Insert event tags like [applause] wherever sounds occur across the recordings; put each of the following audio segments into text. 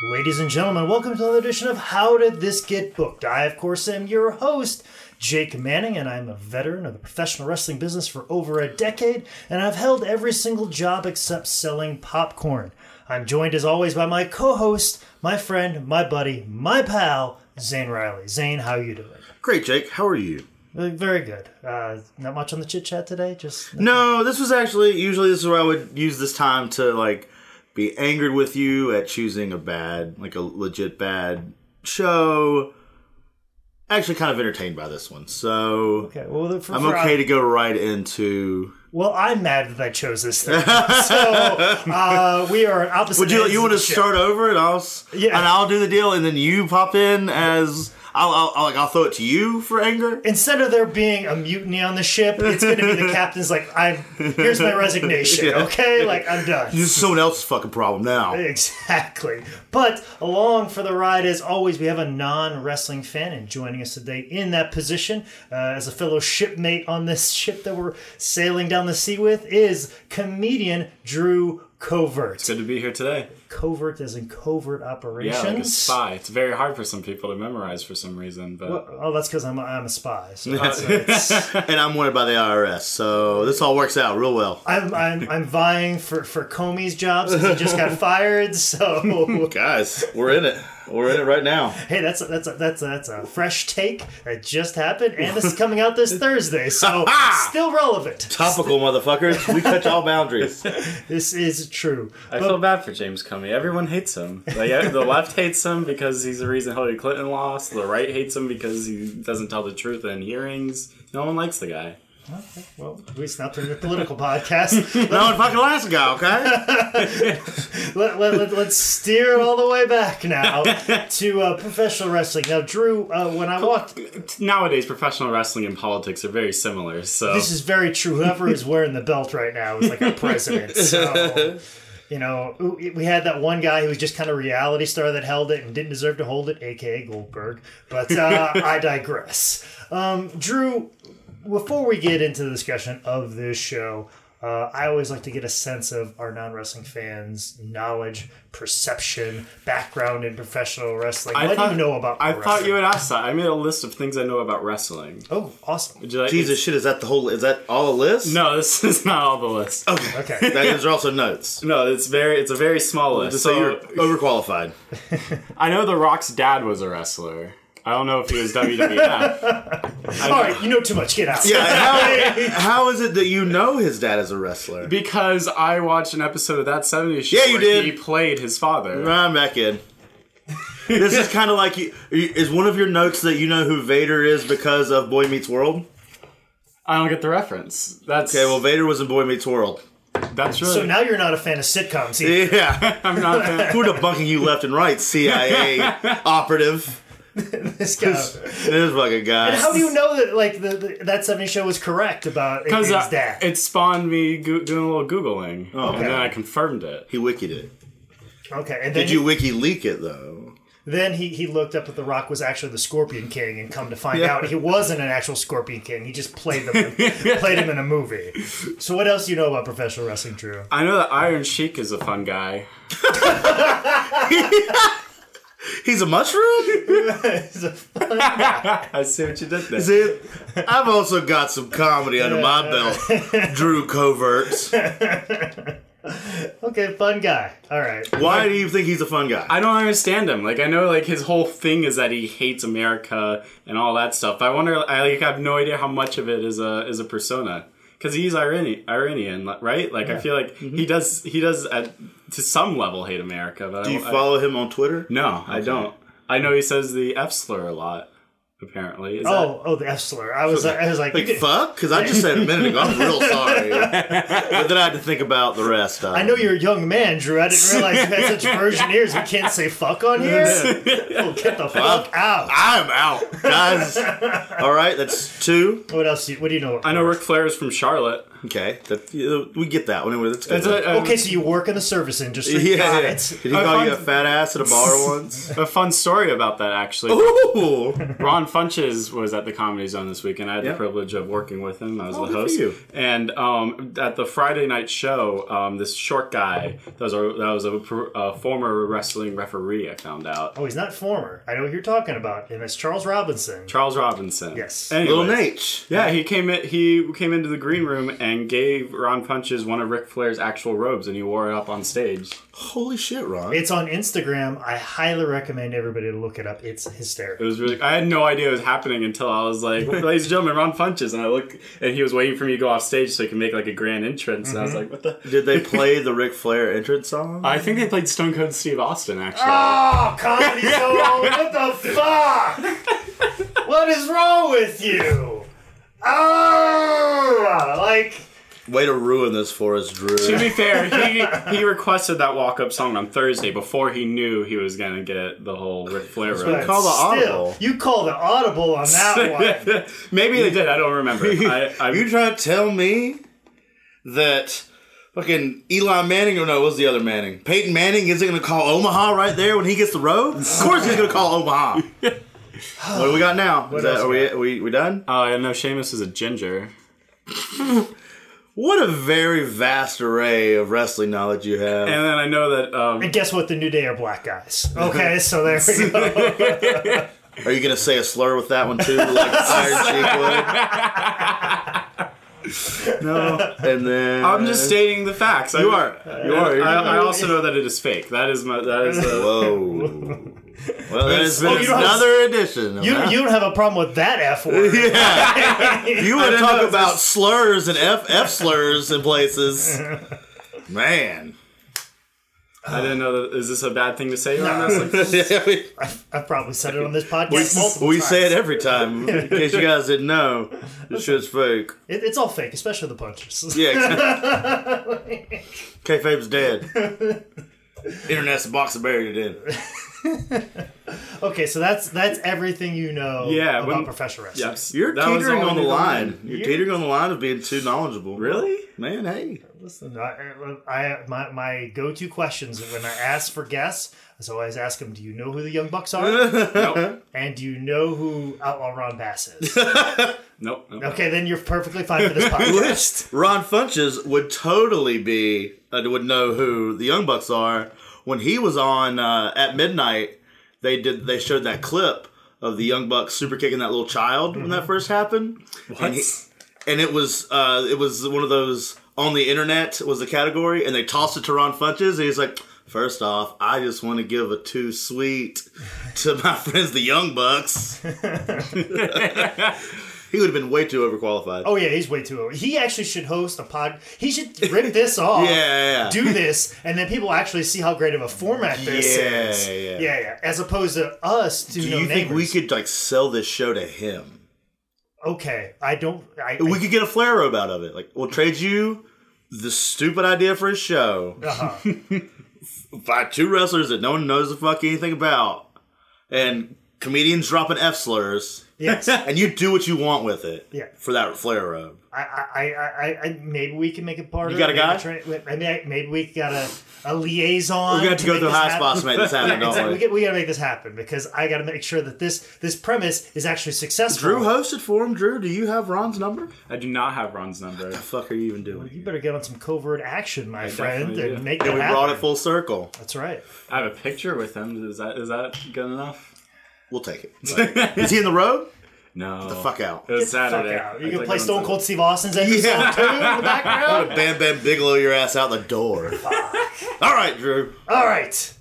Ladies and gentlemen, welcome to another edition of How Did This Get Booked? I, of course, am your host, Jake Manning, and I'm a veteran of the professional wrestling business for over a decade, and I've held every single job except selling popcorn. I'm joined, as always, by my co host, my friend, my buddy, my pal, Zane Riley. Zane, how you doing? Great, Jake. How are you? Uh, Very good. Uh, not much on the chit chat today, just No, this was actually usually this is where I would use this time to like be angered with you at choosing a bad, like a legit bad show. Actually, kind of entertained by this one, so okay. Well, for, I'm for- uh, okay to go right into. Well, I'm mad that I chose [laughs] this thing. so uh, we are on opposite. Would you ends you of want to the ship. start over and I'll s- Yeah. and I'll do the deal and then you pop in as I'll I'll, I'll, like, I'll throw it to you for anger. Instead of there being a mutiny on the ship, it's going to be [laughs] the captain's like, "I here's my resignation. Okay, like I'm done." This is someone else's fucking problem now. [laughs] Exactly. But along for the ride, as always, we have a non wrestling fan, and joining us today in that position uh, as a fellow shipmate on this ship that we're sailing down the sea with is comedian Drew Covert. It's good to be here today. Covert as in covert operations. Yeah, like a spy. It's very hard for some people to memorize for some reason, but Oh, that's because I'm, I'm a spy. [laughs] So [laughs] And I'm wanted by the IRS, so this all works out real well. I'm, I'm, I'm vying for, for Comey's job since he just got fired. So, [laughs] Guys, we're in it. We're in it right now. hey, that's a, that's, a, that's, a, that's a fresh take that just happened. And this is coming out this Thursday. So, still relevant. Topical motherfuckers. We touch all boundaries. This is true. I feel bad for James Comey. Everyone hates him. Like yeah, the left hates him because he's the reason Hillary Clinton lost. The right hates him because he doesn't tell the truth in hearings. No one likes the guy. Well, at least not during the political [laughs] podcast. No, in fucking Alaska, okay? Let, let, let, let's steer all the way back now to uh, professional wrestling. Now, Drew, uh, when I walked Nowadays, professional wrestling and politics are very similar. So This is very true. Whoever is wearing the belt right now is like our [laughs] president. So, you know, we had that one guy who was just kind of reality star that held it and didn't deserve to hold it, aka Goldberg. But [laughs] uh, I digress. Um, Drew, before we get into the discussion of this show, uh, I always like to get a sense of our non wrestling fans' knowledge, perception, background in professional wrestling. I what thought- do you know about? I pro thought wrestling? you would ask that. I made a list of things I know about wrestling. Oh, awesome. Would you like- Jesus shit, is that the whole is that all a list? No, this [laughs] is not all the list. Okay. [laughs] Okay. That, those are also notes. No, it's very it's a very small list. So you're overqualified. I know The Rock's dad was a wrestler. I don't know if he was WWF. All right, you know too much. Get out. Yeah, how, [laughs] how is it that you know his dad is a wrestler? Because I watched an episode of that 70s show Yeah, you where did. he played his father. I'm back in. This is kind of like you, is one of your notes that you know who Vader is because of Boy Meets World. I don't get the reference. That's Okay, well Vader was in Boy Meets World. that's really So now you're not a fan of sitcoms. [laughs] Either. Yeah, I'm not [laughs] a fan. who debunking you left and right? CIA operative. This guy. [laughs] This fucking guy. How do you know that like the, the that seventy show was correct about it Because being his uh, dad? it spawned me go- doing a little googling, Oh, and then I confirmed it. He wikied it. okay, and then Did you wiki leak it though? then he, he looked up that the Rock was actually the Scorpion King, and come to find Yeah. out he wasn't an actual Scorpion King. He just played them [laughs] played him in a movie. So what else do you know about professional wrestling, Drew? [laughs] I know that Iron Sheik is a fun guy. He's a mushroom? [laughs] [laughs] I see what you did there. Is it? I've also got some comedy under my [laughs] belt. Drew Covert. Okay, fun guy. All right. Why do you think he's a fun guy? I don't understand him. Like I know, like his whole thing is that he hates America and all that stuff. I wonder. I like have no idea how much of it is a is a persona because he's Iranian, Iranian, li- right? Like I feel like Mm-hmm. he does he does at, to some level hate America. But do I, you I- follow him on Twitter? no, I don't. I know he says the F slur a lot. Apparently, is that, Oh, oh, the F slur. I was I was like, Like, fuck? Because I just said a minute ago. I'm [laughs] real sorry. but then I had to think about the rest of I know you're a young man, Drew. I didn't realize you had such virgin ears. We can't say fuck on here. oh, get the fuck out. I'm out, [laughs] guys. All right, that's two. What else? Do you, what do you know? I know Ric Flair is from Charlotte. Okay, that, you- we get that one. Anyway, that's good. It's a, a, Okay, so you work in the service industry. yeah, Got yeah. it. Did he I call you a [laughs] find- fat ass at a bar once? a fun story about that actually. Ooh. Ron Funches was at the Comedy Zone this week, and I had Yeah. the privilege of working with him. I was Oh, the good for host. you. And um, at the Friday night show, um, this short guy that was a, that was a, pr- a former wrestling referee. I found out Oh, he's not former. I know what you're talking about. And it's Charles Robinson. Charles Robinson. Yes. Anyways, Little Nate. Yeah, he came in. He came into the green room and gave Ron Funches one of Ric Flair's actual robes, and he wore it up on stage. Holy shit, Ron. It's on Instagram. I highly recommend everybody to look it up. It's hysterical. It was really. I had no idea it was happening until I was like, "Ladies and gentlemen, Ron Funches," and I look, and he was waiting for me to go off stage so he could make like a grand entrance. And I was Mm-hmm. like, "What the?" Did they play the Ric Flair entrance song? I think they played Stone Cold Steve Austin actually. Ah, Oh, comedy zone! What the fuck? [laughs] What is wrong with you? Oh, like Way to ruin this for us, Drew. [laughs] to be fair, he he requested that walk up song on Thursday before he knew he was gonna get the whole Ric Flair. but reference. call the still, audible. You call the audible on [laughs] that [laughs] one. Maybe they did. I don't [laughs] remember. I, I, you trying to tell me that fucking Elon Manning or no, what's the other Manning? Peyton Manning isn't gonna call Omaha right there when he gets the road? Of course he's gonna call [laughs] Omaha. what do we got now? Is that, else are we we, we we done? oh, I know Seamus is a ginger. What a very vast array of wrestling knowledge you have. And then I know that um, And guess what? The New Day are black guys. Okay, so there [laughs] we go. Are you gonna say a slur with that one too, [laughs] like Iron Cheek would? No. And then [laughs] I'm just stating the facts. You I, are. You are. You're I, I also know that it is fake. That is my. That is. The, [laughs] Whoa. Well, there's Oh, been you don't have- another edition. of You, that. you don't have a problem with that F word. yeah. You want to didn't know talk it was about slurs and F F slurs in [laughs] places. Man. I didn't know that. Is this a bad thing to say? around wrestling? [laughs] we I've probably said it on this podcast multiple [laughs] we times. say it every time, in case you guys didn't know. This shit's fake. It- it's all fake, especially the punches. [laughs] Yeah. exactly. Kayfabe's [laughs] dead. Internet's a box of buried it in. Okay, so that's that's everything you know Yeah, about when- professional wrestling. Yes. You're That was teetering all on the new line. You're You- teetering on the line of being too knowledgeable. Really? Man, hey. Listen, I, I my my go to questions when I ask for guests is always ask them, "Do you know who the Young Bucks are?" [laughs] Nope. and do you know who Outlaw Ron Bass is? [laughs] Nope. [laughs] nope. Okay, then you're perfectly fine for this podcast. Ron Funches would totally be uh, would know who the Young Bucks are when he was on uh, at midnight. They did they showed that clip of the Young Bucks super kicking that little child when that first happened, and, he- and it was uh, it was one of those on the internet was the category, and they tossed it to Ron Funches, and he's like. First off, I just want to give a too sweet to my [laughs] friends, the Young Bucks. [laughs] he would have been way too overqualified. Oh yeah, he's way too old. He actually should host a pod. He should rip [laughs] this off. Yeah, yeah, yeah. Do this, and then people actually see how great of a format this Yeah, is. yeah. yeah, yeah. As opposed to us to Do no you think we neighbors. could like sell this show to him? Okay, I don't. I, I- We could get a flare robe out of it. Like, we'll trade you the stupid idea for a show [laughs] uh-huh. by two wrestlers that no one knows the fuck anything about, and comedians dropping f slurs, yes, I, and you do what you want with it. Yeah. For that flare robe, I, I, I, I, maybe we can make it part. You of got a it. Maybe guy? tra- wait, I mean, I- maybe we got a, a liaison. we got to go make through this high happen. spots to make this happen. [laughs] don't Exactly. we? We, got- we gotta make this happen because I gotta make sure that this this premise is actually successful. Drew hosted for him. Drew, do you have Ron's number? I do not have Ron's number. The fuck are you even doing? you better get on some covert action, my friend, definitely and do. make And that we happen. brought it full circle. That's right. I have a picture with him. Is that is that good enough? We'll take it. [laughs] Is he in the robe? No. The fuck out. It was Fuck Saturday. out. I You can took play it on Stone Sunday. Cold Steve Austin's entrance Yeah. song too in the [laughs] background. Bam Bam Bigelow your ass out the door. All right, Drew. All right.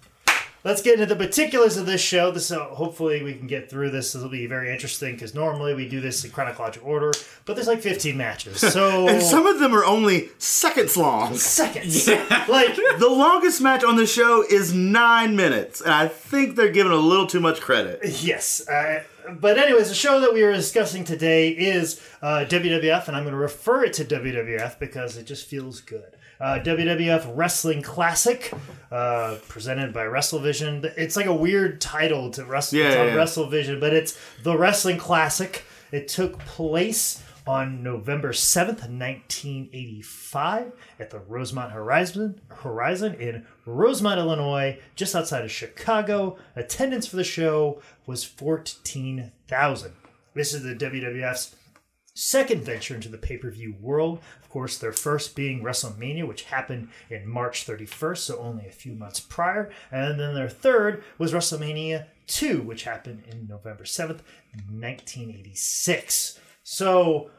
Let's get into the particulars of this show. This uh, hopefully we can get through this. This will be very interesting because normally we do this in chronological order, but there's like 15 [laughs] matches, so And some of them are only seconds long. [laughs] seconds. Like The longest match on the show is nine minutes, and I think they're giving a little too much credit. [laughs] Yes. Uh, but, anyways, the show that we are discussing today is uh, WWF, and I'm going to refer it to WWF because it just feels good. Uh, WWF Wrestling Classic, uh, presented by WrestleVision. It's like a weird title to Wrestle. Yeah, it's on yeah, yeah. WrestleVision, but it's the Wrestling Classic. It took place on November 7th, 1985, at the Rosemont Horizon, Horizon in Rosemont, Illinois, just outside of Chicago. Attendance for the show was 14,000. This is the WWF's second venture into the pay per view world. Of course, their first being WrestleMania, which happened in March 31st, so only a few months prior. And then their third was WrestleMania 2, which happened in November 7th, 1986. So,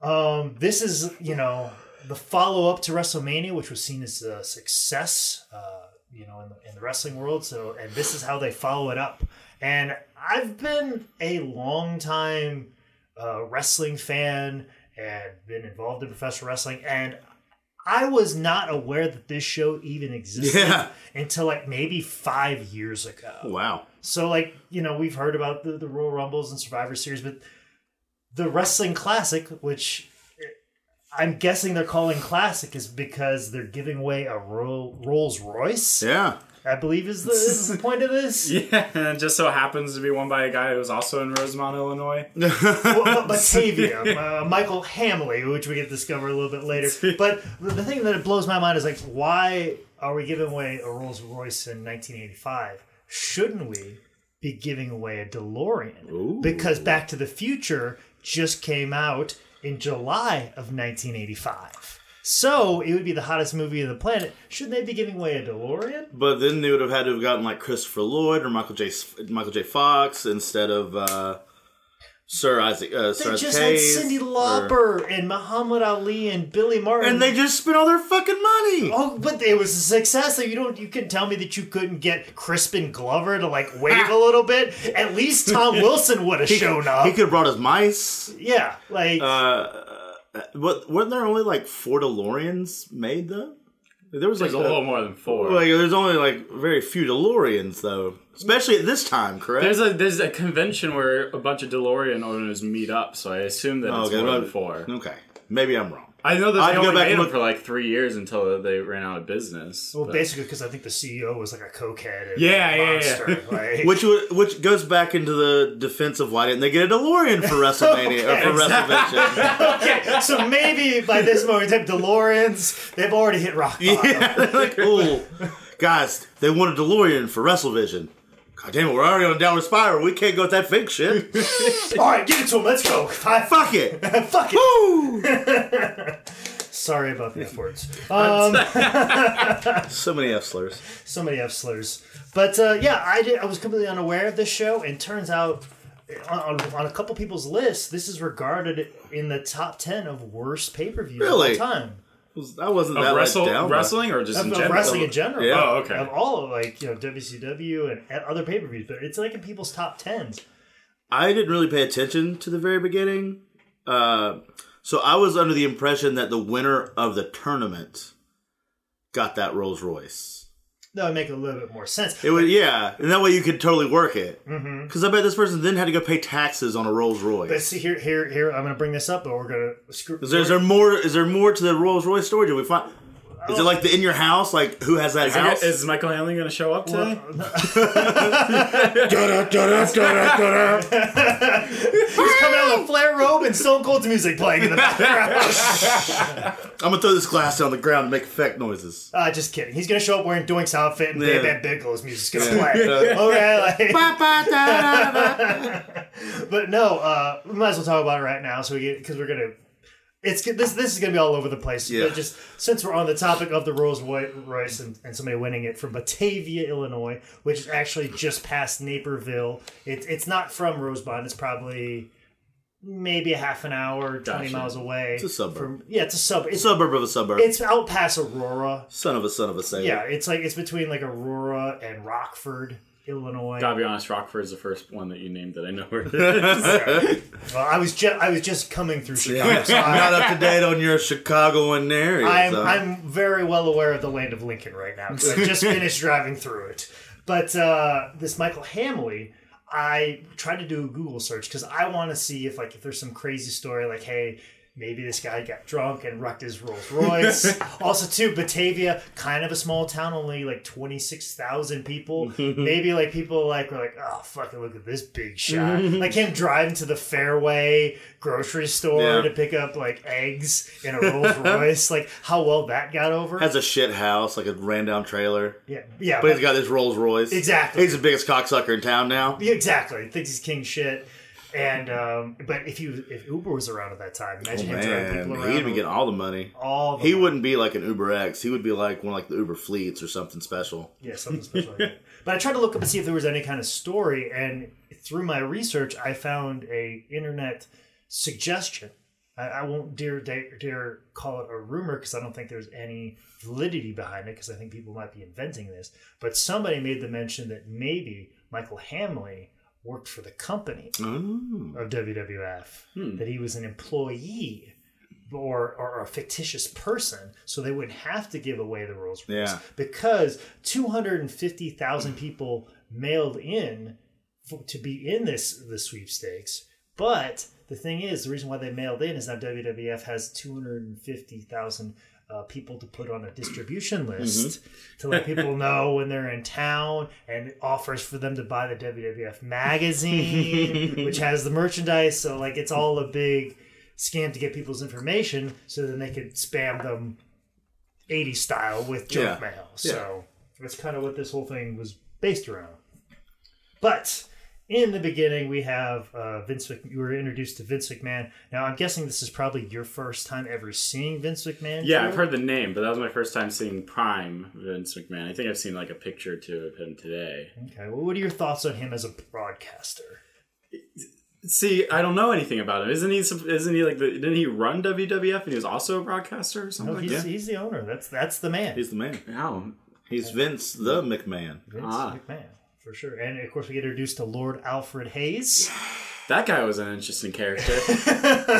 um, this is, you know, the follow up to WrestleMania, which was seen as a success, uh, you know, in the, in the wrestling world. So, and this is how they follow it up. And I've been a long time uh, wrestling fan and been involved in professional wrestling and I was not aware that this show even existed Yeah. until like maybe five years ago. Oh, Wow. So like, you know, we've heard about the, the Royal Rumbles and Survivor Series, but the Wrestling Classic, which I'm guessing they're calling classic, is because they're giving away a Roll, Rolls Royce. Yeah. I believe is the, is the point of this. [laughs] Yeah, and it just so happens to be won by a guy who was also in Rosemont, Illinois. well, [laughs] but Batavia, uh, Michael Hamley, which we get to discover a little bit [laughs] later. But the thing that blows my mind is like, why are we giving away a Rolls Royce in 1985? Shouldn't we be giving away a DeLorean? Because Back to the Future just came out in July of 1985. So it would be the hottest movie on the planet. Shouldn't they be giving away a DeLorean? But then they would have had to have gotten like Christopher Lloyd or Michael J. S- Michael J. Fox instead of uh, Sir Isaac. Uh, They Sir Isaac just had Hayes Cindy or- Lauper and Muhammad Ali and Billy Martin. and they just spent all their fucking money. Oh, but it was a success. So you don't. You can tell me that you couldn't get Crispin Glover to like wave [laughs] a little bit. At least Tom Wilson would have shown up. He Uh, could have brought his mice. yeah, like But weren't there only like four DeLoreans made though? There was like There's a little more than four. Like there's only like very few DeLoreans though, especially at this time, correct? there's a there's a convention where a bunch of DeLorean owners meet up, so I assume that it's more well, than four. Okay, maybe I'm wrong. I know that I'd they go only back made and them look- for like three years until they ran out of business. well, but- basically because I think the CEO was like a cokehead. And Yeah, a yeah, yeah. monster. [laughs] Like, Which would- which goes back into the defense of why didn't they get a DeLorean [laughs] for WrestleMania or for WrestleVention? okay, [laughs] so maybe by this moment, in time, DeLoreans they've already hit rock bottom. [laughs] yeah, they're like, ooh, guys, they want a DeLorean for WrestleVision. God damn it, we're already on a downward spiral. We can't go with that fake [laughs] shit. All right, give it to him. Let's go. High five. Fuck it. Fuck it. Woo! Sorry about the F words. So many F slurs. so many F slurs. But uh, yeah, I did, I was completely unaware of this show, and turns out on, on- on a couple people's lists, this is regarded in the top ten of worst pay per views Really? of all time. I wasn't Of that wrestle, like, down. by- wrestling or just Of, in of general? wrestling in general. Yeah. Oh, okay. Of all of like you know WCW and a- other pay per views, but it's like in people's top tens. I didn't really pay attention to the very beginning. Uh, so I was under the impression that the winner of the tournament got that Rolls Royce. That would make a little bit more sense. It would, yeah, and that way you could totally work it. Because Mm-hmm. I bet this person then had to go pay taxes on a Rolls But Royce. see here, here, here. I'm going to bring this up, but we're going to screw. Is there, is there more? Is there more to the Rolls Royce story? Do we find? Is it like the in your house? Like who has that Is, house? it- is Michael Hanley going to show up today? uh, He's coming out with a flare robe and Stone Cold's music playing in [laughs] the background. I'm gonna throw this glass on the ground and make effect noises. Uh, just kidding. He's gonna show up wearing Doink's outfit and Yeah. Bam Bam Bigelow's music's gonna [laughs] play. okay, like, but no, uh, we might as well talk about it right now. So we get because we're gonna. It's this. This is gonna be all over the place. Yeah. But just since we're on the topic of the Rolls Royce and, and somebody winning it from Batavia, Illinois, which is actually just past Naperville. It's it's not from Rosebud. It's probably maybe a half an hour, twenty Gotcha. miles away. It's a suburb. From, yeah, it's a sub. It's suburb of a suburb. it's out past Aurora. son of a son of a sailor. Yeah, it's like it's between like Aurora and Rockford, Illinois. Gotta be honest, Rockford is the first one that you named that I know where it [laughs] is. Well, I was just I was just coming through Chicago. [laughs] Yeah, So I, not up to date on your Chicagoan areas. I'm huh? I'm very well aware of the land of Lincoln right now because I just finished driving through it. But uh, this Michael Hamley, I tried to do a Google search because I want to see if like if there's some crazy story like hey. Maybe this guy got drunk and wrecked his Rolls Royce. also, too, Batavia, kind of a small town, only like twenty six thousand people. Maybe like people like were like, oh fucking look at this big shot. like him driving to the Fairway grocery store Yeah. to pick up like eggs in a [laughs] Rolls Royce. like how well that got over. Has a shit house, like a ran down trailer. yeah, yeah, But he's got this Rolls Royce. Exactly. He's the biggest cocksucker in town now. Yeah, exactly. Thinks he's king shit. And um, but if you if Uber was around at that time, imagine him driving Oh, Man, people around. he'd be getting all the money. all the He wouldn't be like an Uber X. He would be like one of like the Uber fleets or something special. yeah something special. like that. [laughs] But I tried to look up and see if there was any kind of story, and through my research, I found a internet suggestion. I, I won't dare, dare dare call it a rumor because I don't think there's any validity behind it because I think people might be inventing this. But somebody made the mention that maybe Michael Hamley worked for the company Oh. of WWF that he was an employee or, or a fictitious person, so they wouldn't have to give away the Rolls Royce Yeah. because 250,000 people mailed in for, to be in this the sweepstakes. But the thing is, the reason why they mailed in is now WWF has 250,000 uh, people to put on a distribution Mm-hmm. list to let people know when they're in town and it offers for them to buy the WWF [laughs] magazine, which has the merchandise. So, like, it's all a big scam to get people's information so then they could spam them 80 style with junk Yeah. mail. So, that's kind of what this whole thing was based around. But in the beginning, we have uh, Vince. Mc- you were introduced to Vince McMahon. Now, I'm guessing this is probably your first time ever seeing Vince McMahon. Yeah, I've Drew? heard the name, but that was my first time seeing Prime Vince McMahon. I think I've seen like a picture or two of him today. Okay. Well, what are your thoughts on him as a broadcaster? See, I don't know anything about him. Isn't he? sup- Isn't he like? The, didn't he run WWF and he was also a broadcaster or something? No, like he's, that? he's the owner. That's that's the man. He's the man. Wow. He's Vince the McMahon. [laughs] Vince ah. McMahon for sure. And of course, we get introduced to Lord Alfred Hayes. that guy was an [laughs] interesting character,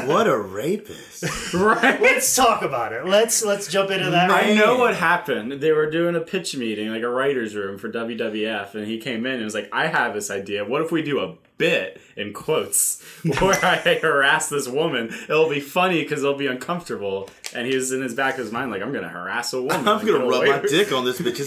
What a rapist. right? let's talk about it. Let's let's jump into that. I right know what happened. They were doing a pitch meeting, like a writer's room for WWF, and he came in and was like, I have this idea. What if we do a bit, in quotes, [laughs] where I harass this woman? It'll be funny because it'll be uncomfortable. And he was in his back of his mind, like, I'm going to harass a woman. [laughs] I'm gonna rub my dick on this bitch's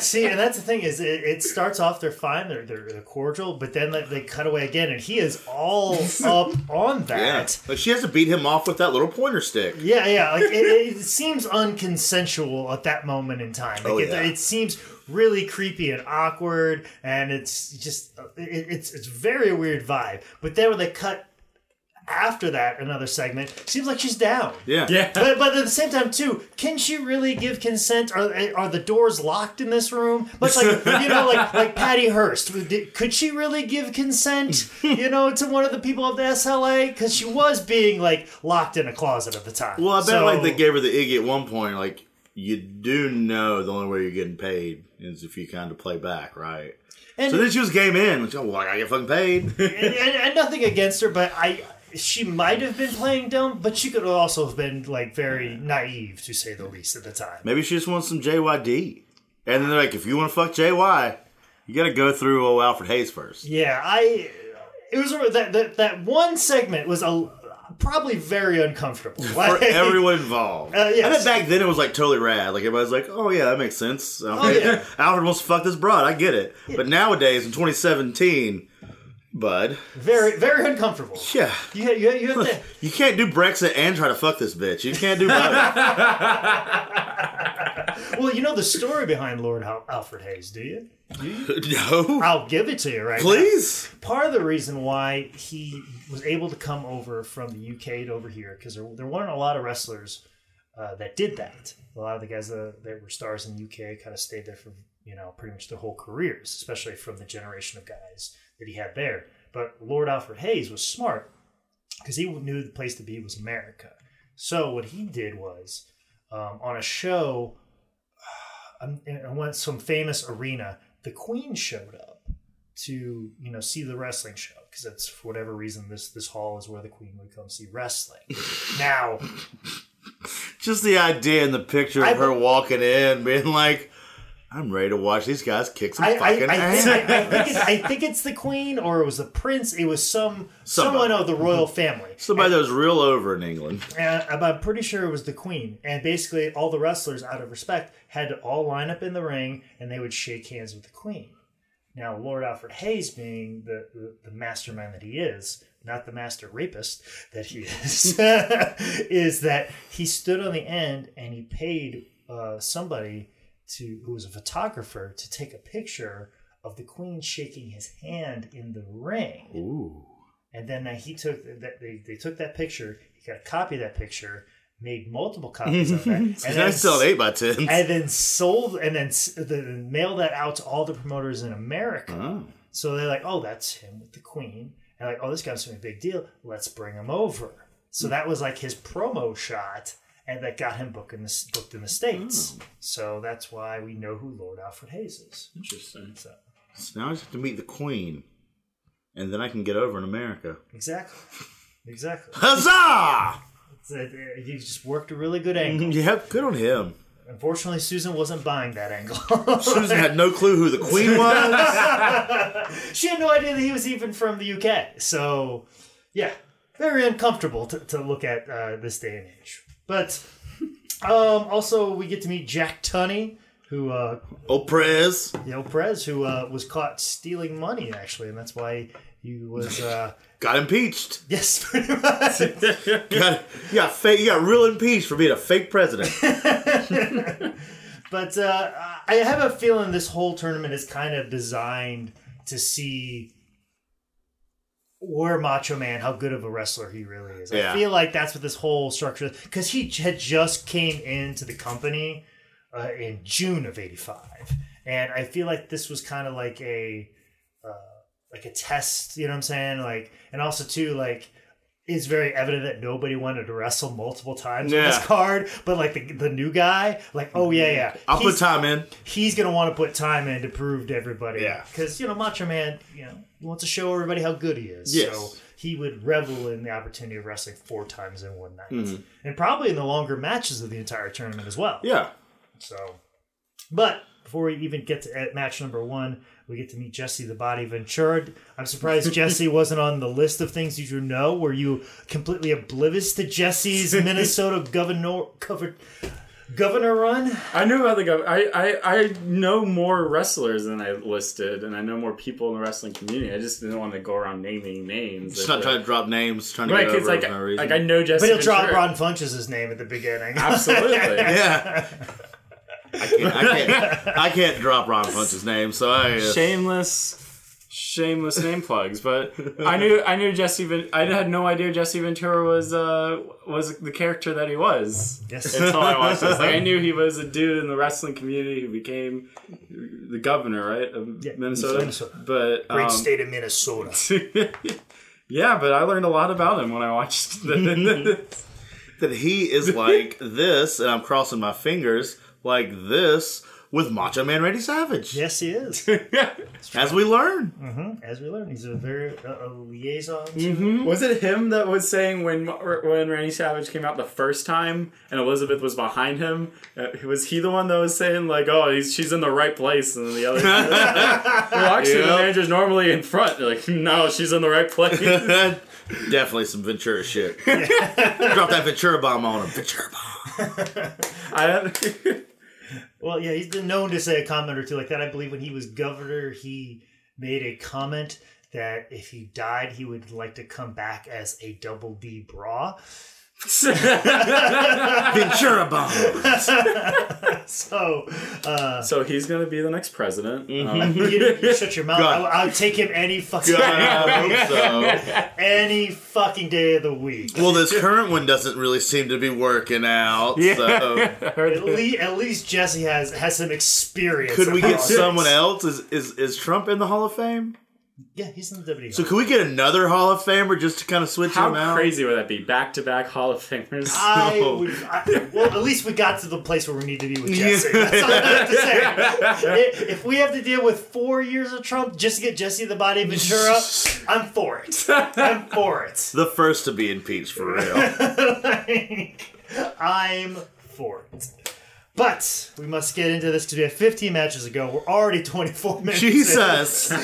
[laughs] See, and that's the thing is, it, it starts off they're fine, they're they're, they're cordial, but then like, they cut away again, and he is [laughs] all up on Yeah. that. Like she has to beat him off with that little pointer stick. Yeah, yeah. Like it, it seems unconsensual at that moment in time. Like Oh, it, yeah. it seems really creepy and awkward, and it's just it, it's it's very weird vibe. But then when they cut after that, another segment seems like she's down. Yeah. [laughs] Yeah. But, but at the same time too, can she really give consent? Are are the doors locked in this room? Much [laughs] like you know, like like Patty Hearst, Did- could she really give [laughs] consent? You know, to one of the people of the SLA because she was being like locked in a closet at the time. Well, I bet So- like they gave her the Iggy at one point. Like you do know the only way you're getting paid is if you kind of play back, right? and, So then she was game in. Like, oh, well, I gotta get fucking paid. [laughs] and, and, and nothing against her, but I. She might have been playing dumb, but she could also have been like very naive, to say the least, at the time. Maybe she just wants some JYD. And then they're like, if you want to fuck JY, you gotta go through old Alfred Hayes first. Yeah, I. It was that that, that one segment was a, probably very uncomfortable For [laughs] Like- everyone [laughs] involved. Uh, yes. I bet back then it was like totally rad. Like everybody's like, oh yeah, that makes sense. Okay. Oh, yeah. [laughs] Alfred wants to fuck this broad. I get it. But nowadays in 2017, bud, Very very uncomfortable. yeah. You ha- you, ha- you have to. You can't do Brexit and try to fuck this bitch. You can't do [laughs] both. Well, you know the story behind Lord Al- Alfred Hayes, do you? no. I'll give it to you right now. Please. Part of the reason why he was able to come over from the UK to over here because there, there weren't a lot of wrestlers uh, that did that. A lot of the guys that, that were stars in the UK kind of stayed there for you know pretty much their whole careers, especially from the generation of guys that he had there. But Lord Alfred Hayes was smart because he knew the place to be was America. So what he did was um, on a show, [sighs] um, in in one some famous arena, the Queen showed up to you know see the wrestling show because that's for whatever reason this this hall is where the Queen would come see wrestling. [laughs] now Just the idea in the picture of I- her walking in, being like, I'm ready to watch these guys kick some I, I, fucking I, ass. think, I, I think it's, I think it's the queen or it was the prince. It was some someone Somebody. of Mm-hmm. the royal family. Somebody that was real over in England. And I'm, I'm pretty sure it was the queen. And basically, all the wrestlers, out of respect, had to all line up in the ring and they would shake hands with the queen. Now, Lord Alfred Hayes, being the, the, the mastermind that he is, not the master rapist that he is, [laughs] is that he stood on the end and he paid uh, somebody to who was a photographer to take a picture of the queen shaking his hand in the ring. Ooh. And then uh, he took that they, they took that picture. He got a copy of that picture, made multiple copies of that, and [laughs] And I then, still an 8x10. and then sold and then s- then mailed that out to all the promoters in America. Oh. So they're like, "Oh, that's him with the Queen," and like, "Oh, this guy's doing a big deal. Let's bring him over." So that was like his promo shot, and that got him booked in the booked in the states. So that's why we know who Lord Alfred Hayes is. Interesting. So So now I just have to meet the queen. And then I can get over in America. exactly, exactly. Huzzah! It's a- He just worked a really good angle. [laughs] Yep, good on him. Unfortunately, Susan wasn't buying that angle. [laughs] Susan had no clue who the queen [laughs] was. she had no idea that he was even from the UK. So, yeah, very uncomfortable to, to look at uh, this day and age. But um, also, we get to meet Jack Tunney, who, uh, Oh, Prez. you know, Perez, who uh, was caught stealing money, actually. And that's why he was, uh, [laughs] Got impeached. yes, pretty much. Got, you, got fake, you got real impeached for being a fake president. [laughs] But uh, I have a feeling this whole tournament is kind of designed to see where Macho Man, how good of a wrestler he really is. Yeah. I feel like that's what this whole structure because he j- had just came into the company uh, in June of '85, and I feel like this was kind of like a uh, like a test. You know what I'm saying? Like, and also too like. It's very evident that nobody wanted to wrestle multiple times on Yeah. this card, but like the, the new guy, like oh yeah yeah, Mm-hmm. I'll put he's, time in. he's gonna want to put time in to prove to everybody. Yeah. Because you know, Macho Man, you know, he wants to show everybody how good he is. Yes. So he would revel in the opportunity of wrestling four times in one night, Mm-hmm. and probably in the longer matches of the entire tournament as well. Yeah. So, but before we even get to at match number one, we get to meet Jesse the Body Ventura. I'm [laughs] surprised Jesse wasn't on the list of things you should know. Were you completely oblivious to [laughs] Jesse's Minnesota governor cover, governor run? I knew about the guy. I, I, I know more wrestlers than I listed, and I know more people in the wrestling community. I just didn't want to go around naming names. Just not trying to drop names, trying to Right, get over because like, for no reason. like I know Jesse. But he'll drop Ventura. Ron Funches' name at the beginning. [laughs] Absolutely. yeah. I can't, I, can't, I can't drop Ron Punch's name, so I. shameless, shameless name plugs. But I knew I knew Jesse. Ven- I had no idea Jesse Ventura was uh was the character that he was. [laughs] Yes. Until I watched [laughs] this, like I knew he was a dude in the wrestling community who became the governor, right, of Yeah, Minnesota. Minnesota. But Great um, state of Minnesota. [laughs] yeah, but I learned a lot about him when [laughs] I watched the. that he is like this, and I'm crossing my fingers like this with Macho Man Randy Savage. Yes, he is. As we learn, [laughs] As we learned, he's a very uh, a liaison. Mm. To, Was it him that was saying when when Randy Savage came out the first time and Elizabeth was behind him? Uh, was he the one that was saying like, "Oh, he's, she's in the right place," and then [laughs] the other? well, actually, the Yep. manager's normally in front. They're like, no, she's in the right place. [laughs] definitely some Ventura shit. Drop that Ventura bomb on him. Ventura bomb. I, Well, yeah, he's been known to say a comment or two like that. I believe when he was governor, he made a comment that if he died, he would like to come back as a double D bra. Ventura bomb. [laughs] So uh, [laughs] so he's gonna be the next president. Mm-hmm. Um, [laughs] you, you shut your mouth. God. I, will take him any fucking God, I hope so. [laughs] any fucking day of the week. Well, this current one doesn't really seem to be working out. So. At, le- at least Jesse has has some experience. Could we get about someone this. else? Is, is is Trump in the Hall of Fame? Yeah, he's in the WWE. So could we get another Hall of Famer just to kind of switch him How out? Ah, crazy would that be? Back to back Hall of Famers. I No. would, I, well, at least we got to the place where we need to be with Jesse. That's all I have to say. I- If we have to deal with four years of Trump just to get Jesse the Body Ventura, I'm for it. I'm for it. The first to be impeached for real. I'm for it. But we must get into this because we have 15 matches to go. We're already 24 minutes. in. Jesus. [laughs] So,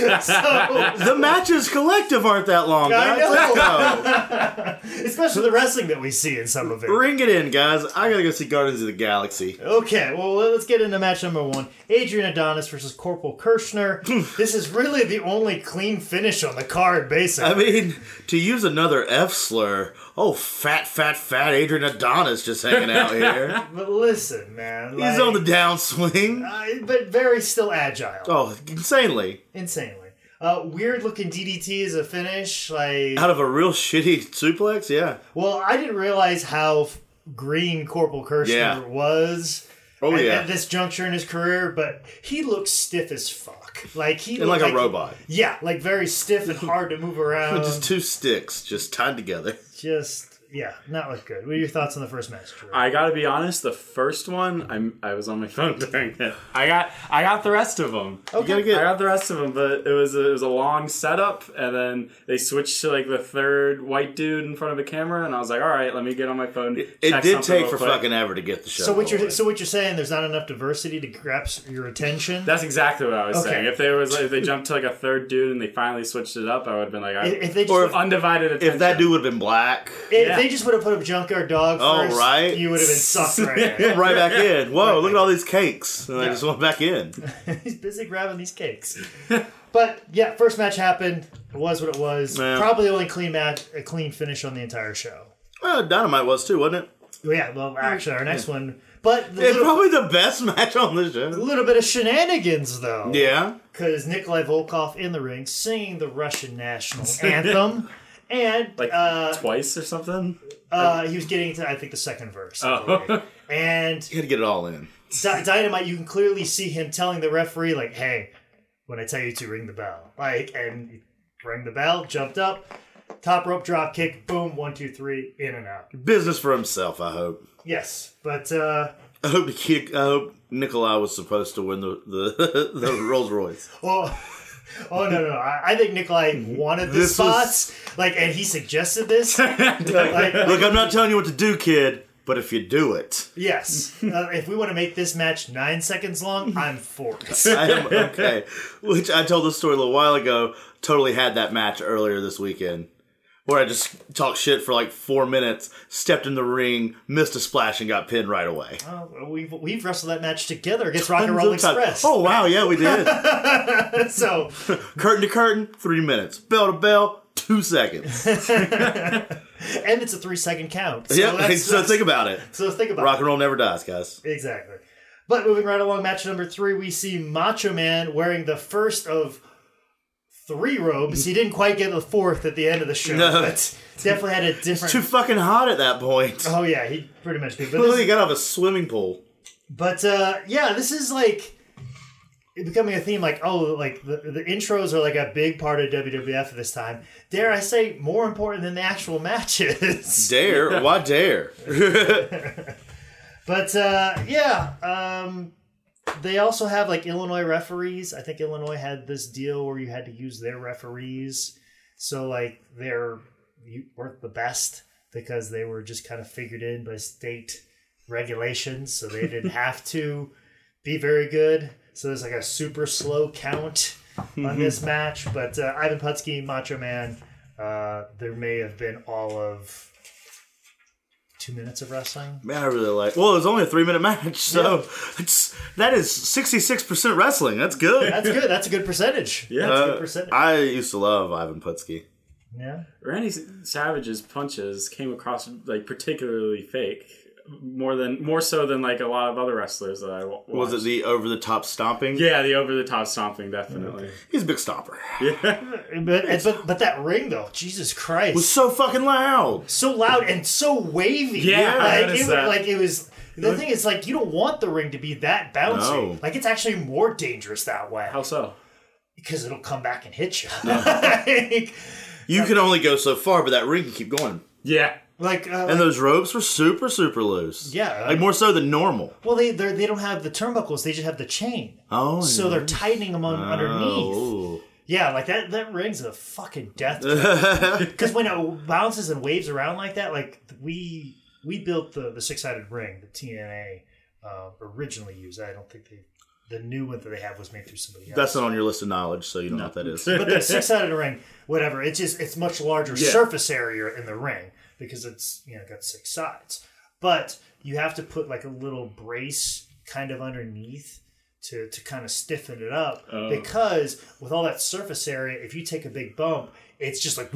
the matches collective aren't that long, I guys. Let's go. especially the wrestling that we see in some of [laughs] it. Ring it in, guys. I gotta go see Guardians of the Galaxy. Okay, well, let's get into match number one Adrian Adonis versus Corporal Kirshner. [laughs] Hmm. this is really the only clean finish on the card, basically. I mean, to use another F slur, oh, fat, fat, fat Adrian Adonis just hanging out [laughs] here. but listen, man. He's like, on the downswing. I- but very still agile. Oh, insanely. Insanely. Uh, weird looking DDT is a finish. Like, Out of a real shitty suplex, yeah. well, I didn't realize how f- green Corporal Kirshner Yeah. was. Oh, at, yeah. at this juncture in his career, but he looks stiff as fuck. Like he And looked like a robot. Yeah, like very stiff [laughs] and hard to move around. Just two sticks just tied together. just yeah, not look good. What are your thoughts on the first match? Drew? I gotta be honest. The first one, I'm I was on my [laughs] phone during it. I got I got the rest of them. You gotta get I got the rest of them, but it was a, it was a long setup, and then they switched to like the third white dude in front of the camera, and I was like, all right, let me get on my phone. It check did something take real for quick." fucking ever to get the show. so what you're going. so what you're saying? There's not enough diversity to grasp your attention. That's exactly what I was Okay. saying. If they was like, if they jumped to like a third dude and they finally switched it up, I would have been like, I, if if they just Or would- if- undivided attention. if that dude would have been black, if yeah. they just would have put up Junkyard Dog Oh, first, right. you would have been sucked right in. right [laughs] back in. Whoa, look at all these cakes. And I just went back in. [laughs] He's busy grabbing these cakes. But yeah, first match happened. It was what it was. Yeah. Probably the only clean match, a clean finish on the entire show. Well, Dynamite was too, wasn't it? Well, Yeah, well, actually, our next one. But the It's little, probably the best [laughs] match on the show. little bit of shenanigans, though. Yeah. Because Nikolai Volkov in the ring singing the Russian national anthem. And like uh, twice or something. uh, he was getting to, I think, the second verse. Oh. And You had to get it all in. Di- Dynamite, you can clearly see him telling the referee, like, hey, when I tell you to ring the bell. Like, and he rang the bell, jumped up, top rope drop kick, boom, one, two, three, in and out. Business for himself, I hope. Yes, but uh, I hope the kid, I hope Nikolai was supposed to win the the, [laughs] the Rolls [laughs] Royce. Oh, [laughs] oh no, no, no. I, I think Nikolai wanted this, This spot. was- Like, and he suggested this. like, Look, I'm not telling you what to do, kid, but if you do it, yes. Uh, if we want to make this match nine seconds long, I'm for it. [laughs] I am okay. Which I told this story a little while ago. Totally had that match earlier this weekend where I just talked shit for like four minutes, stepped in the ring, missed a splash, and got pinned right away. Uh, we've we've wrestled that match together against Rock and Roll Tons of times. Express. Oh wow, yeah, we did. So curtain to curtain, three minutes. Bell to bell, two [laughs] seconds. and it's a three second count. So yeah, that's- so think about it. so think about Rock and roll never dies, guys. it. exactly. But moving right along, match number three, we see Macho Man wearing the first of three robes. He didn't quite get the fourth at the end of the show, No. but definitely had a different. Too fucking hot at that point. [laughs] Oh yeah, he pretty much did. But, this- Literally got out of a swimming pool. but uh, yeah, this is like it becoming a theme. Like oh, like the, the intros are like a big part of WWF this time. Dare I say, more important than the actual matches. [laughs] Dare? Why dare? But uh, yeah, um, they also have like Illinois referees. I think Illinois had this deal where you had to use their referees, so like they're you weren't the best because they were just kind of figured in by state regulations, so they didn't have to be very good. So there's like a super slow count on this match. But uh, Ivan Putski, Macho Man, uh, there may have been all of two minutes of wrestling. Man, I really like. Well, it was only a three minute match, [laughs] so it's, that is 66% wrestling. That's good. That's good. That's a good percentage. Yeah, that's a good percentage. I used to love Ivan Putski. yeah. Randy Savage's punches came across like particularly fake, more than more so than like a lot of other wrestlers that I wa- Was watched. it the over the top stomping? Yeah, the over the top stomping definitely. He's a big stomper. [laughs] But, and- but but that ring though, Jesus Christ, Was so fucking loud. so loud and so wavy. Yeah, I like, noticed it, that. like it was. The thing is, like, you don't want the ring to be that bouncy. No. Like, it's actually more dangerous that way How so? because it'll come back and hit you. [laughs] like, You can only go so far, but that ring can keep going. Yeah, like, uh, And those ropes were super, super loose. Yeah. Like more so than normal. well, they they're- they don't have the turnbuckles; they just have the chain. Oh. So they're tightening them on, underneath. Oh. Yeah, like that. That ring's a fucking death. Because when it bounces and waves around like that, like we we built the the six sided ring, the TNA uh, originally used. I don't think they the new one that they have was made through somebody else. [laughs] That's not on your list of knowledge, so you don't know what [laughs] that is. but the six sided ring, whatever, it's just it's much larger Yeah. surface area in the ring because it's you know got six sides. But you have to put like a little brace kind of underneath to to kind of stiffen it up Oh. because with all that surface area, if you take a big bump, it's just like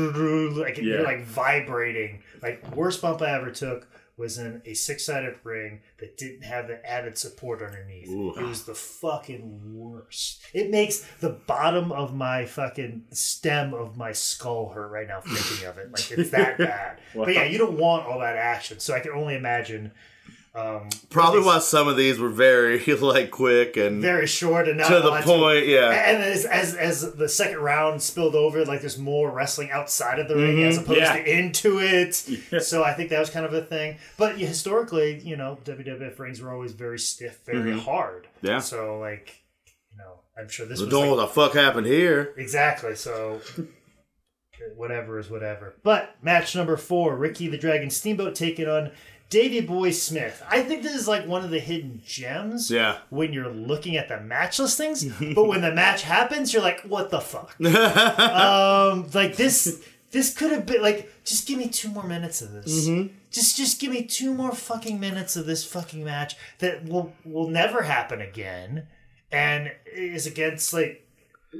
like Yeah. you're like vibrating. Like worst bump I ever took was in a six-sided ring that didn't have the added support underneath. It was the fucking worst. It makes the bottom of my fucking stem of my skull hurt right now thinking of it. Like it's [laughs] that bad. But yeah, you don't want all that action. So I can only imagine um, Probably why some of these were very [laughs] like quick and very short and not to the lots of- point. yeah, And as, as as the second round spilled over, like there's more wrestling outside of the ring Mm-hmm. as opposed yeah. to into it. So I think that was kind of a thing. But yeah, historically, you know, WWF rings were always very stiff, very hard. Mm-hmm. Yeah. So like, you know, I'm sure this don't was know like- what the fuck happened here. exactly. So whatever is whatever. But match number four, Ricky the Dragon Steamboat taking on. Davy Boy Smith. I think this is like one of the hidden gems Yeah. when you're looking at the match listings, but when the match happens, you're like, what the fuck? um, like this, this could have been like, just give me two more minutes of this. Just, just give me two more fucking minutes of this fucking match that will will never happen again, and is against like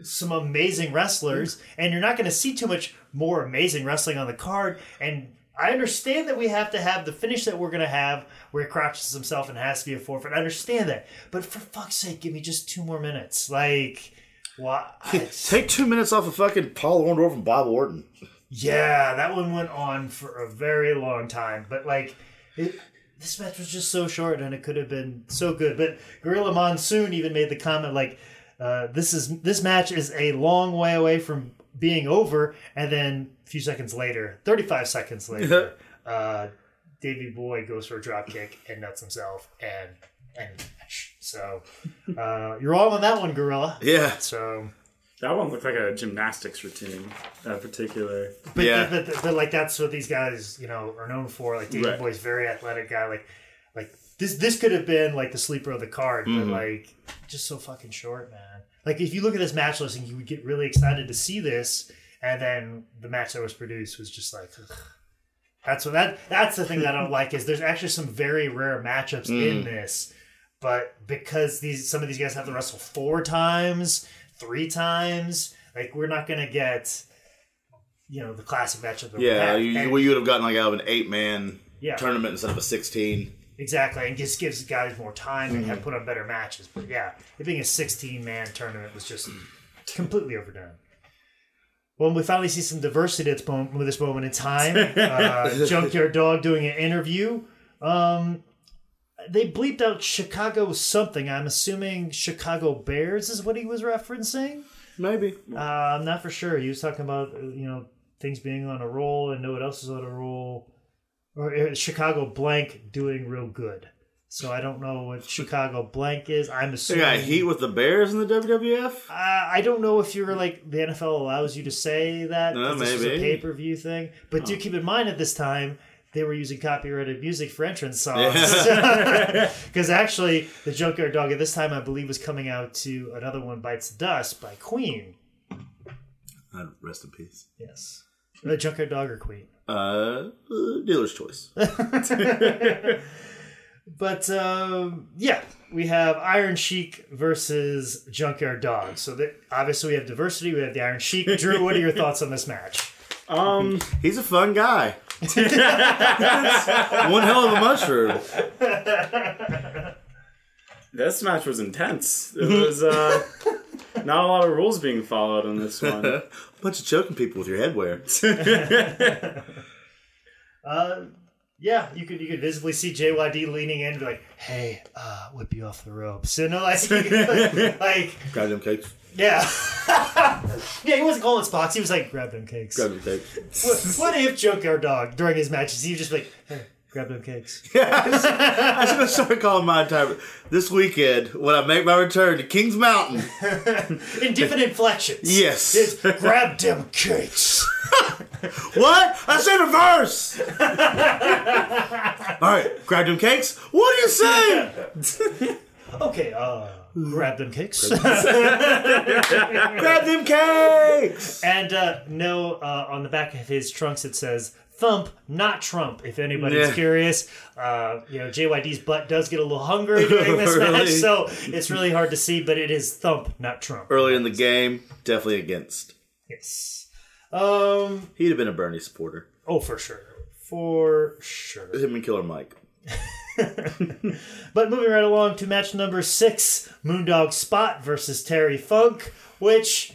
some amazing wrestlers, and you're not going to see too much more amazing wrestling on the card. And I understand that we have to have the finish that we're going to have where he crouches himself and has to be a forfeit. I understand that. But for fuck's sake, give me just two more minutes. Like, why? [laughs] Take two minutes off of fucking Paul Orndorff and Bob Orton. yeah, that one went on for a very long time. But, like, it, this match was just so short and it could have been so good. But Gorilla Monsoon even made the comment, like, uh, this is this match is a long way away from being over, and then a few seconds later, thirty five seconds later, uh, Davy Boy goes for a drop kick and nuts himself and and match. So uh, you're all on that one, Gorilla. Yeah, So, That one looked like a gymnastics routine, in particular. but, Yeah. but, but, but, like that's what these guys you know are known for. Like Davy Right. Boy's a very athletic guy. Like like this this could have been like the sleeper of the card, but like just so fucking short, man. Like if you look at this match listing, you would get really excited to see this, and then the match that was produced was just like. ugh. That's what that that's the thing that I don't like is there's actually some very rare matchups Mm. in this, but because these some of these guys have to wrestle four times, three times, like we're not gonna get, you know, the classic matchup. That we yeah. have. You, And- you would have gotten like out of an eight man Yeah. tournament instead of a sixteen. Exactly, and just gives guys more time and have put on better matches. But yeah, it being a 16 man tournament was just completely overdone. When we finally see some diversity at this moment, with this moment in time, uh, Junkyard Dog doing an interview. Um, they bleeped out Chicago something. I'm assuming Chicago Bears is what he was referencing. Maybe. Uh, I'm not for sure. He was talking about uh, you know things being on a roll and no one else is on a roll, or uh, Chicago blank doing real good. So I don't know what Chicago blank is. I'm They assuming. got heat with the Bears in the WWF. Uh, I don't know if you're like the NFL allows you to say that. Uh, because this is a maybe. pay per view thing. But do keep in mind at this time they were using copyrighted music for entrance songs. [laughs] [laughs] Because actually, the Junkyard Dog at this time I believe was coming out to another one, "Bites the Dust" by Queen. Uh, Rest in peace. Yes. The Junkyard Dog or Queen. Uh, uh, dealer's choice. But um, yeah, we have Iron Sheik versus Junkyard Dog. So that obviously we have diversity. We have the Iron Sheik. Drew, what are [laughs] your thoughts on this match? Um, He's a fun guy. One hell of a mushroom. [laughs] this match was intense. It was uh, not a lot of rules being followed on this one. Bunch of choking people with your headwear. Uh, yeah, you could you could visibly see JYD leaning in, and be like, "Hey, uh, whip you off the ropes." You know, [laughs] like, like Grab them cakes. yeah, [laughs] yeah. He wasn't calling spots. He was like, "Grab them cakes." Grab them cakes. [laughs] What, what if Junkyard Dog during his matches he was just like, "Hey, grab them cakes." [laughs] I should have started calling my time this weekend when I make my return to Kings Mountain. in different inflections. Yes. It's grab them cakes. What? I said reverse. [laughs] All right, grab them cakes. What do you say? Okay, uh, grab them cakes. grab them cakes. [laughs] and uh, no, uh, on the back of his trunks it says "Thump, not Trump." If anybody's Yeah. curious, uh, you know JYD's butt does get a little hungry during [laughs] this Really? match, so it's really hard to see. But it is "Thump, not Trump." Early in the game, definitely against. Yes. Um. He'd have been a Bernie supporter. Oh, for sure. For sure. Him and Killer Mike. But moving right along to match number six, Moondog Spot versus Terry Funk, which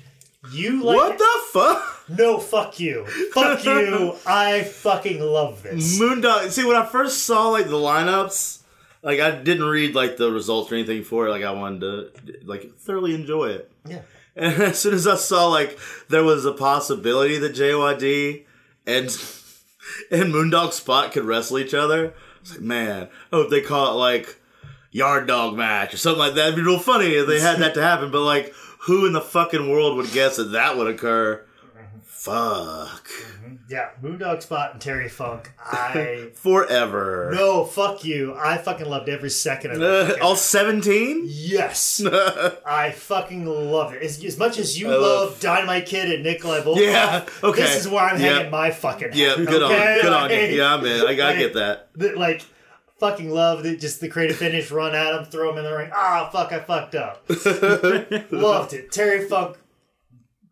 you like. What the fuck? No, fuck you. [laughs] Fuck you. I fucking love this. Moondog. See, when I first saw like the lineups, like I didn't read like the results or anything for it. Like I wanted to like thoroughly enjoy it. Yeah. And [laughs] as soon as I saw like there was a possibility that JYD and [laughs] and Moondog Spot could wrestle each other, I was like, man, I hope they call it like Yard Dog match or something like that. It'd be real funny if they had that to happen. But like, who in the fucking world would guess that that would occur? Fuck. Yeah. Moondog Spot and Terry Funk. I. Forever. No, fuck you. I fucking loved every second of Uh, [laughs] it. all 17? [laughs] Yes. I fucking love it. As, as much as you love, love- Dynamite Kid and Nikolai Volkov, Yeah, okay. this is where I'm Yep. hanging my fucking hat. Yeah, good okay? on, good on you. Like- Yeah, I'm in. I gotta like- get that. that like fucking love that just the creative finish run at him, throw him in the ring. Ah, fuck, I fucked [laughs] up. Loved it. Terry Funk.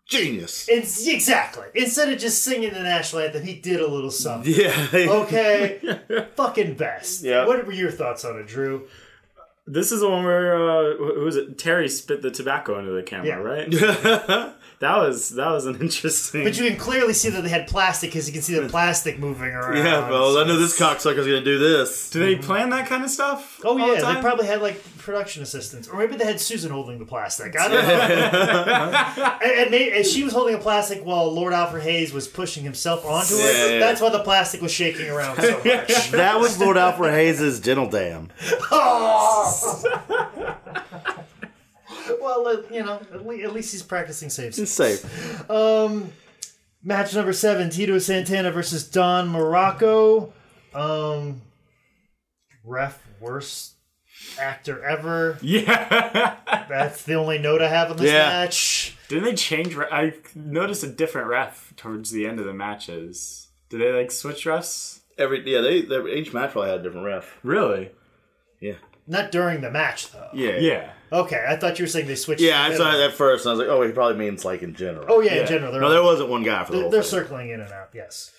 Genius. It's, exactly. Instead of just singing the national anthem, he did a little [laughs] something. Yeah. [laughs] Okay, fucking best. Yeah. What were your thoughts on it, Drew? This is the one where uh, wh- who was it? Terry spit the tobacco into the camera, Yeah. right? that was that was an interesting. But you can clearly see that they had plastic because you can see the plastic moving around. Yeah, bro. I know this cocksucker's gonna do this. Do they plan that kind of stuff? Oh all the yeah, they time? probably had like production assistants, or maybe they had Susan holding the plastic. I don't know. [laughs] and, and, may and she was holding a plastic while Lord Alfred Hayes was pushing himself onto it. Yeah, yeah. That's why the plastic was shaking around [laughs] so much. That was Lord Alfred Hayes' dental dam. Oh! [laughs] well, uh, you know, at, le- at least he's practicing safe. It's safe. Um, Match number seven: Tito Santana versus Don Morocco. Um, ref worst actor ever. [laughs] Yeah. That's the only note I have on this Yeah. match. Didn't they change? Re- I noticed a different ref towards the end of the matches. Did they like switch refs? Every yeah, they, they each match probably had a different ref. Really? Yeah. Not during the match though. Yeah. Yeah. Okay, I thought you were saying they switched. Yeah, the I middle. saw it at first and I was like, oh, he probably means like in general. Oh yeah, in Yeah. general, they're No, there wasn't one guy for the they're, whole they're thing. circling in and out. Yes.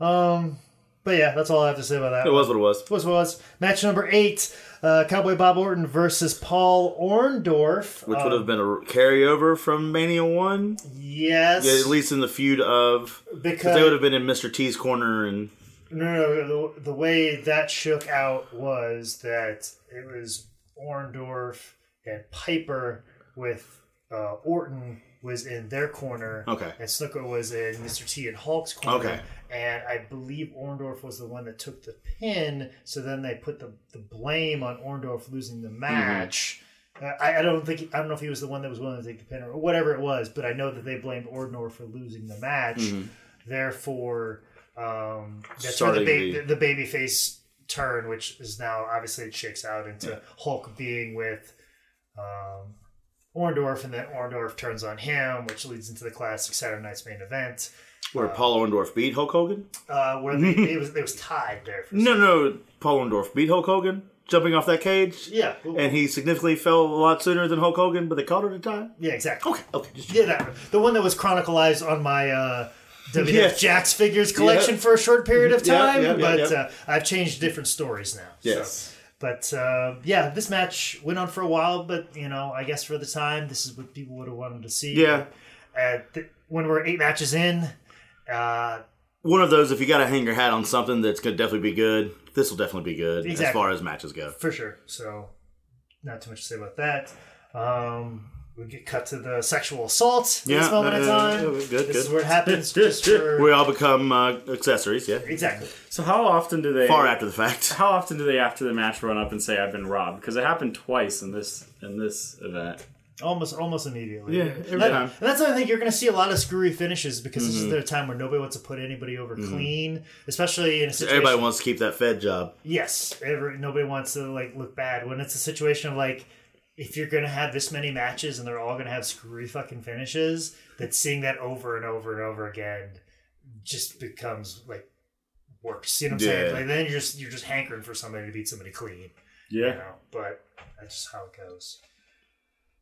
Um, but yeah, that's all I have to say about that. It was what it was. was was match number eight: uh, Cowboy Bob Orton versus Paul Orndorff. Which Uh, would have been a carryover from Mania 1, yes, at least in the feud of. because Because they would have been in Mr. T's corner and. no, no, no, the, the way that shook out was that it was Orndorff and Piper with uh, Orton was in their corner. Okay. And Snooker was in Mr. T and Hulk's corner. Okay. And I believe Orndorff was the one that took the pin. So then they put the, the blame on Orndorff losing Mm-hmm. the match. Uh, I, I don't think I don't know if he was the one that was willing to take the pin or whatever it was, but I know that they blamed Orndorff for losing the match. Therefore, um, that's where Starting the, the- ba- the, the baby face turn, which is now obviously it shakes out into Hulk being with um, Orndorff, and then Orndorff turns on him, which leads into the classic Saturday Night's main event, Where Paul Orndorff beat Hulk Hogan? uh, where [laughs] they, it was it was tied there. For a No, second. no, Paul Orndorff beat Hulk Hogan, jumping off that cage. yeah, well, And he significantly fell a lot sooner than Hulk Hogan, but they called it a tie. yeah, exactly. Okay, okay. Just Yeah, that the one that was chronicalized on my. Uh, WWF Yeah. Jax figures collection Yeah. for a short period of Yeah, time, yeah, yeah, but yeah. Uh, I've changed different stories now. so. Yes. But uh, yeah, this match went on for a while, but you know, I guess for the time, this is what people would have wanted to see. Yeah. Uh, th- when we're eight matches in, uh, One of those, if you got to hang your hat on something that's going to definitely be good, this will definitely be good as Exactly. far as matches go. for sure. So, not too much to say about that. Um, we get cut to the sexual assault. at this Yeah, moment in uh, time. yeah, good, This good. is where it happens. [laughs] Just for We all become uh, accessories, yeah. exactly. So how often do they? Far after the fact. How often do they after the match run up and say I've been robbed? Because it happened twice in this in this event. Almost, almost immediately. Yeah, every That- time. Mm-hmm. and that's why I think you're going to see a lot of screwy finishes because this is their time where nobody wants to put anybody over clean, especially in a situation. [laughs] Everybody wants to keep that Fed job. yes, every, nobody wants to like look bad when it's a situation of like if you're going to have this many matches and they're all going to have screwy fucking finishes, that seeing that over and over and over again just becomes like worse. You know what I'm saying? Yeah. Like then you're just you're just hankering for somebody to beat somebody clean you Yeah. know, but that's just how it goes.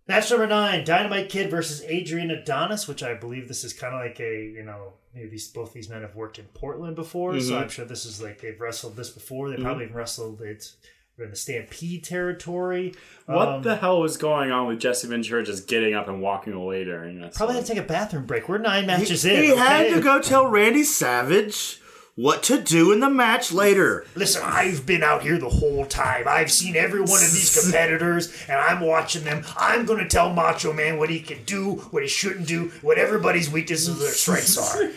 Match number nine, Dynamite Kid versus Adrian Adonis, which I believe this is kind of like a, you know, maybe these, both these men have worked in Portland before, so Mm-hmm. Mhm. I'm sure this is like they've wrestled this before. They probably wrestled it in the Stampede territory. What Um, the hell was going on with Jesse Ventura just getting up and walking away during this? Probably had to take a bathroom break. We're nine matches he in. he had okay? to go tell Randy Savage what to do in the match later. Listen, I've been out here the whole time. I've seen every one of these competitors, and I'm watching them. I'm going to tell Macho Man what he can do, what he shouldn't do, what everybody's weaknesses and their strengths are.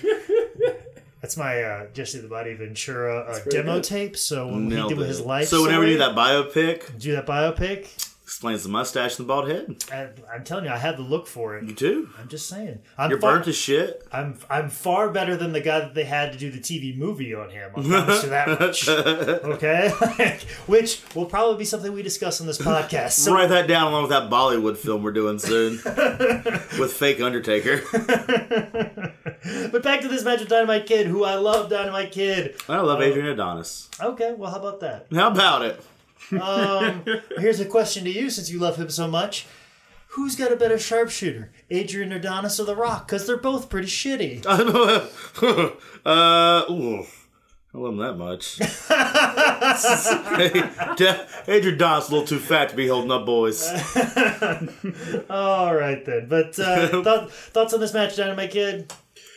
That's my uh, Jesse the Body Ventura uh, demo tape. So when he Nailed did with his it. life, so whenever we do story, that biopic, do that biopic, explains the mustache and the bald head. I, I'm telling you, I had the look for You it. do. I'm just saying, I'm You're far, burnt as shit. I'm I'm far better than the guy that they had to do the TV movie on him. I promise you that much. Okay, [laughs] which will probably be something we discuss on this podcast. So Write that down along with that Bollywood film we're doing [laughs] soon with fake Undertaker. But back to this match with Dynamite Kid, who I love Dynamite Kid. [laughs] I love Adrian Adonis. Okay, well, how about that? How about it? [laughs] Um, here's a question to you since you love him so much. Who's got a better sharpshooter, Adrian Adonis or The Rock? Because they're both pretty shitty. uh, ooh, I love him that [laughs] much. Adrian Adonis a little too fat to be holding up boys. All right, then. But uh, thought, thoughts on this match, Dynamite Kid?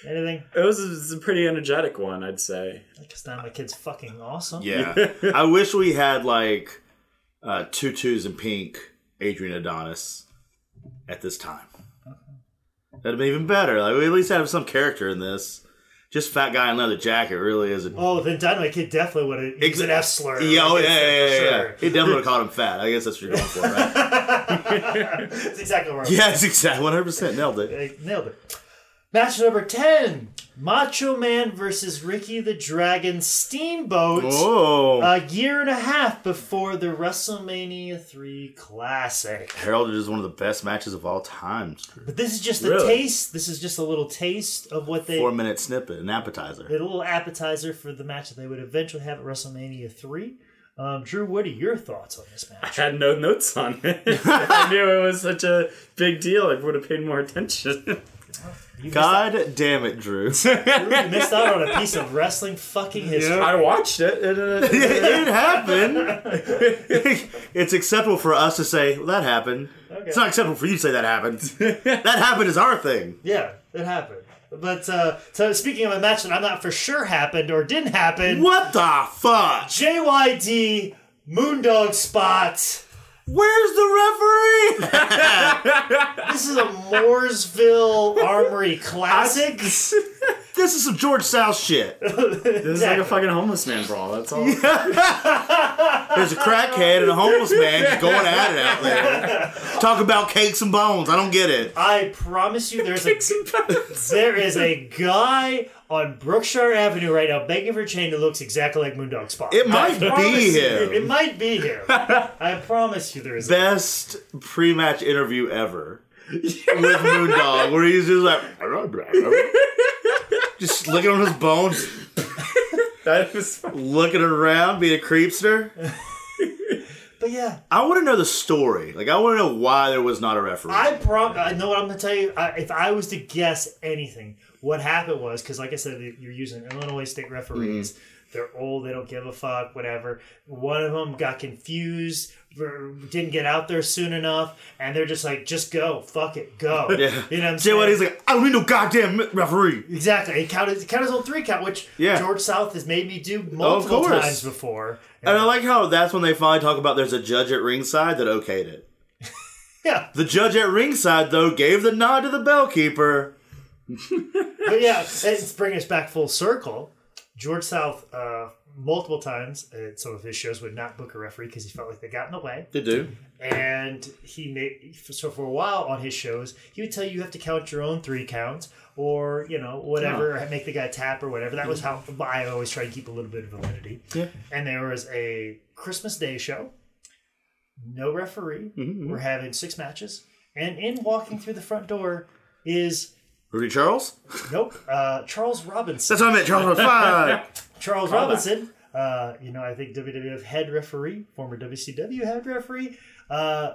Anything? It was, it was a pretty energetic one, I'd say. Because Dynamite Kid's fucking awesome. Yeah. [laughs] I wish we had like uh, tutus and pink Adrian Adonis at this time. That'd have been even better. Like we at least have some character in this. Just fat guy in leather jacket really isn't. Oh, then Dynamite Kid definitely would have. He's an F slur. yeah, oh, I yeah, guess, yeah, yeah, for yeah. sure. He definitely would have called him fat. I guess that's what you're going for, [laughs] right? That's exactly where I'm yes, exactly. 100% nailed it. They nailed it. Match number 10 Macho Man versus Ricky the Dragon Steamboat. Oh. A year and a half before the WrestleMania 3 Classic. Heralded as one of the best matches of all time. But this is just a Really? taste. This is just a little taste of what they. Four minute snippet, an appetizer. a little appetizer for the match that they would eventually have at WrestleMania 3. Um, Drew, what are your thoughts on this match? I had no notes on it. [laughs] If I knew it was such a big deal. I would have paid more attention. You missed, out, God damn it, [laughs] Drew. Drew, you missed out on a piece of wrestling [laughs] fucking history. I watched it. and, [laughs] uh, it, it happened. it's acceptable for us to say well, that happened. It's not acceptable for you to say [laughs] that happened. that happened is our thing. Yeah, it happened. But uh, so speaking of a match that I'm not for sure happened or didn't happen, What the fuck? JYD Moondog Spot. Where's the referee? This is a Mooresville Armory classic. this is some George South shit. This is like a fucking homeless man brawl. That's all. [laughs] There's a crackhead and a homeless man just going at it out there. Talk about cakes and bones. I don't get it. I promise you, there's a there is a guy on Brookshire Avenue right now begging for a chain that looks exactly like Moondog Spot. It might I promise be you, him. It might be him. I promise you, there is. Best pre-match [laughs] interview ever with Moondog, where he's just like, [laughs] just licking on his bones, That was looking around, being a creepster. But yeah, I want to know the story. Like, I want to know why there was not a referee. I prom- I know what I'm going to tell you. I, if I was to guess anything, what happened was because, like I said, you're using Illinois state referees. Mm-hmm. They're old. They don't give a fuck. Whatever. One of them got confused. or Didn't get out there soon enough, and they're just like, "Just go, fuck it, go." [laughs] yeah. You know what I'm Jay saying? Whitey's like, I don't need no goddamn referee. exactly. He counted. He counted his own three count, which Yeah. George South has made me do multiple course. Uh, times before. And I like how that's when they finally talk about there's a judge at ringside that okayed it. yeah. The judge at ringside, though, gave the nod to the bellkeeper. But yeah, it's bringing us back full circle. George South uh, multiple times at some of his shows would not book a referee because he felt like they got in the way. They do. And he made so for a while on his shows, he would tell you you have to count your own three counts or you know whatever, make the guy tap or whatever. That was how I always try to keep a little bit of validity. Yeah. And there was a Christmas Day show, no referee. We're having six matches, and in walking through the front door is Rudy Charles? nope uh, Charles Robinson. That's what I meant, Charles [laughs] was fine. Charles Robinson, uh, you know, I think WWF head referee, former WCW head referee, uh,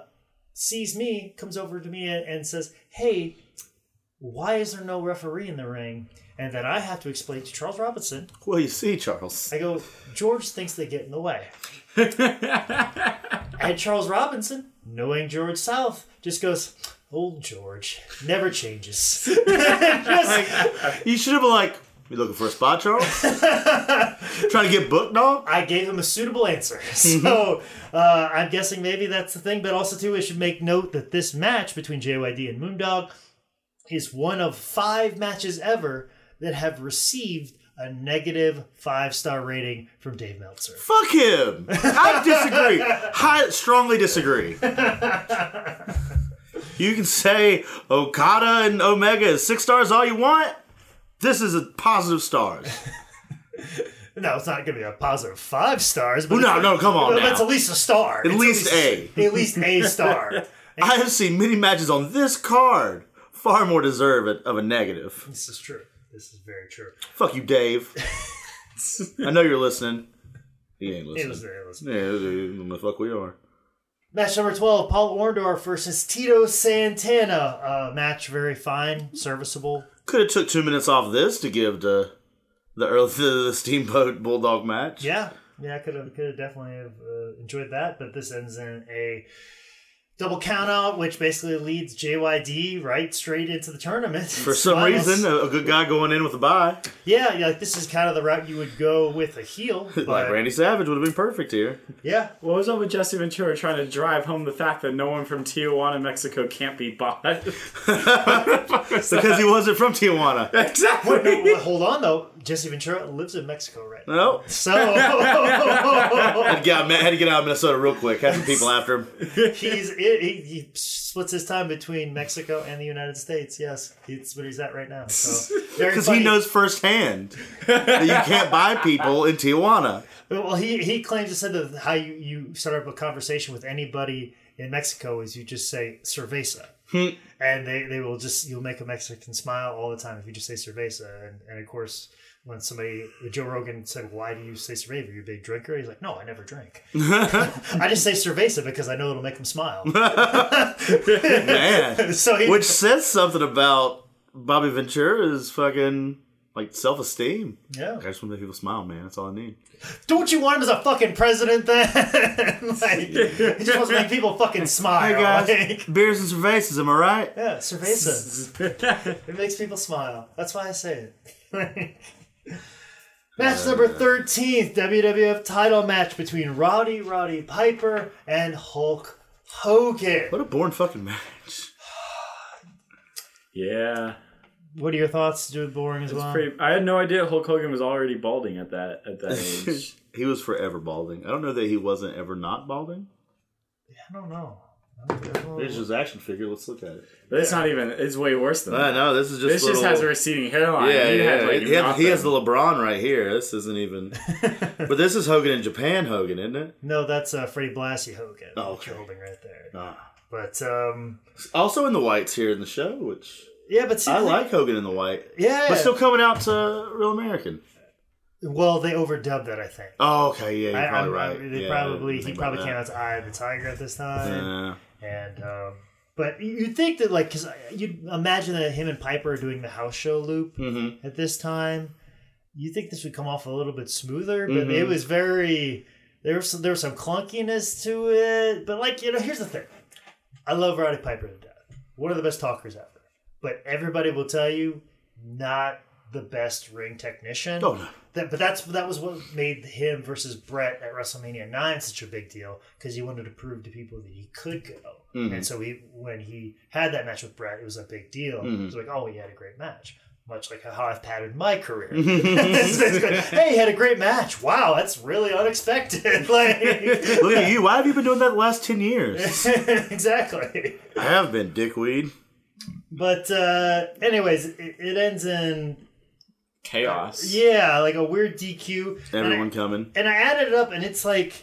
sees me, comes over to me and, and says, Hey, why is there no referee in the ring? And then I have to explain to Charles Robinson. Well, you see, Charles. I go, George thinks they get in the way. and Charles Robinson, knowing George South, just goes, Old George never changes. Just- You should have been like, you looking for a [laughs] spot, Charles? Trying to get booked, dog? I gave him a suitable answer. [laughs] Mm-hmm. So uh, I'm guessing maybe that's the thing. But also, too, I should make note that this match between JYD and Moondog is one of five matches ever that have received a negative five star rating from Dave Meltzer. Fuck him. I disagree. I strongly disagree. You can say Okada and Omega is six stars all you want. This is a positive stars. No, it's not going to be a positive five stars. But Well, it's no, like- no, come on but now. It's at least a star. It's least a. At least a [laughs] star. I have seen many matches on this card far more deserving of a negative. this is true. This is very true. Fuck you, Dave. I know you're listening. He ain't It listening. was very. It was Yeah, the fuck we are. Match number 12, Paul Orndorff versus Tito Santana. Uh, match very fine, serviceable. Could have took two minutes off this to give to the Earth [laughs] the Steamboat Bulldog match. Yeah. Yeah, I could have could have definitely have uh, enjoyed that, but this ends in a double count out, which basically leads JYD right straight into the tournament. For some reason, a, a good guy going in with a bye, Yeah, yeah, like this is kind of the route you would go with a heel. But [laughs] like Randy Savage, would have been perfect here. Yeah. What was up with Jesse Ventura trying to drive home the fact that no one from Tijuana, Mexico can't be bought? [laughs] [laughs] Because he wasn't from Tijuana. Wait, no, exactly. wait, hold on though. Jesse Ventura lives in Mexico [laughs] right now. [laughs] No. [laughs] So Had to, get out, had to get out of Minnesota real quick. Had some people after him. [laughs] He's he, he splits his time between Mexico and the United States. Yes, it's what he's at right now. [laughs] So Because he knows firsthand that you can't buy people in Tijuana. Well, he he claims to said that how you, you start up a conversation with anybody in Mexico is you just say cerveza, Hmm. and they they will just you'll make a Mexican smile all the time if you just say cerveza, and and of course. When somebody Joe Rogan said, "Why do you say cerveza? Are you a big drinker?" He's like, "No, I never [laughs] drink. [laughs] I just say cerveza because I know it'll make them smile." Man. [laughs] so he, Which says something about Bobby Ventura's fucking like self esteem. yeah. I just want to make people smile, man. That's all I need. Don't you want him as a fucking president then? [laughs] like, he just wants to make people fucking smile. Hey guys, [laughs] Like, beers and cervezas, am I right? yeah, cerveza. it makes people smile. That's why I say it. [laughs] match number 13, WWF title match between Rowdy Roddy Piper and Hulk Hogan. What a boring fucking match. [laughs] [laughs] Yeah. What are your thoughts? Do it boring as well? Pretty, I had no idea Hulk Hogan was already balding at that at [laughs] that age. He was forever balding. I don't know that he wasn't ever not balding. I don't know. I don't know. There's his action figure. Let's look at it. But it's not even. It's way worse than Uh, that. no, this is just. This just little- has a receding hairline. Yeah, He yeah. had, like, he, has, he has the nothing. LeBron right here. This [laughs] isn't even. but this is Hogan in Japan. Hogan, isn't it? No, that's uh, Freddie Blassie Hogan. Oh, that you're okay. holding right there. Ah. But um, Also in the whites here in the show, which yeah, but see, I the- like Hogan in the white, Yeah, but still coming out to Real American. Well, they overdubbed that, I think. Oh, okay, yeah, you're I, probably I'm- right. I- they Yeah, I probably didn't he think probably about came out as Eye of the Tiger at this that. time, Yeah. and um, but you- you'd think that like because you'd imagine that him and Piper are doing the house show loop [laughs] Mhm. at this time. You think this would come off a little bit smoother, but Mm-hmm. it was very there was some, there was some clunkiness to it. But like you know, here's the thing: I love Roddy Piper to death. One of the best talkers ever, but everybody will tell you not the best ring technician. Oh, no. That, but that's that was what made him versus Brett at WrestleMania Nine such a big deal because he wanted to prove to people that he could go, and so he when he had that match with Brett, it was a big deal. It was like, oh, he had a great match. much like how I've patterned my career. Mm-hmm. [laughs] It's basically, hey, you had a great match. Wow, that's really unexpected. [laughs] like, [laughs] Look at you. Why have you been doing that the last [laughs] 10 years? exactly. I have been, dickweed. But uh, anyways, it, it ends in Chaos. yeah, like a weird DQ. And I- Everyone coming. and I added it up, and it's like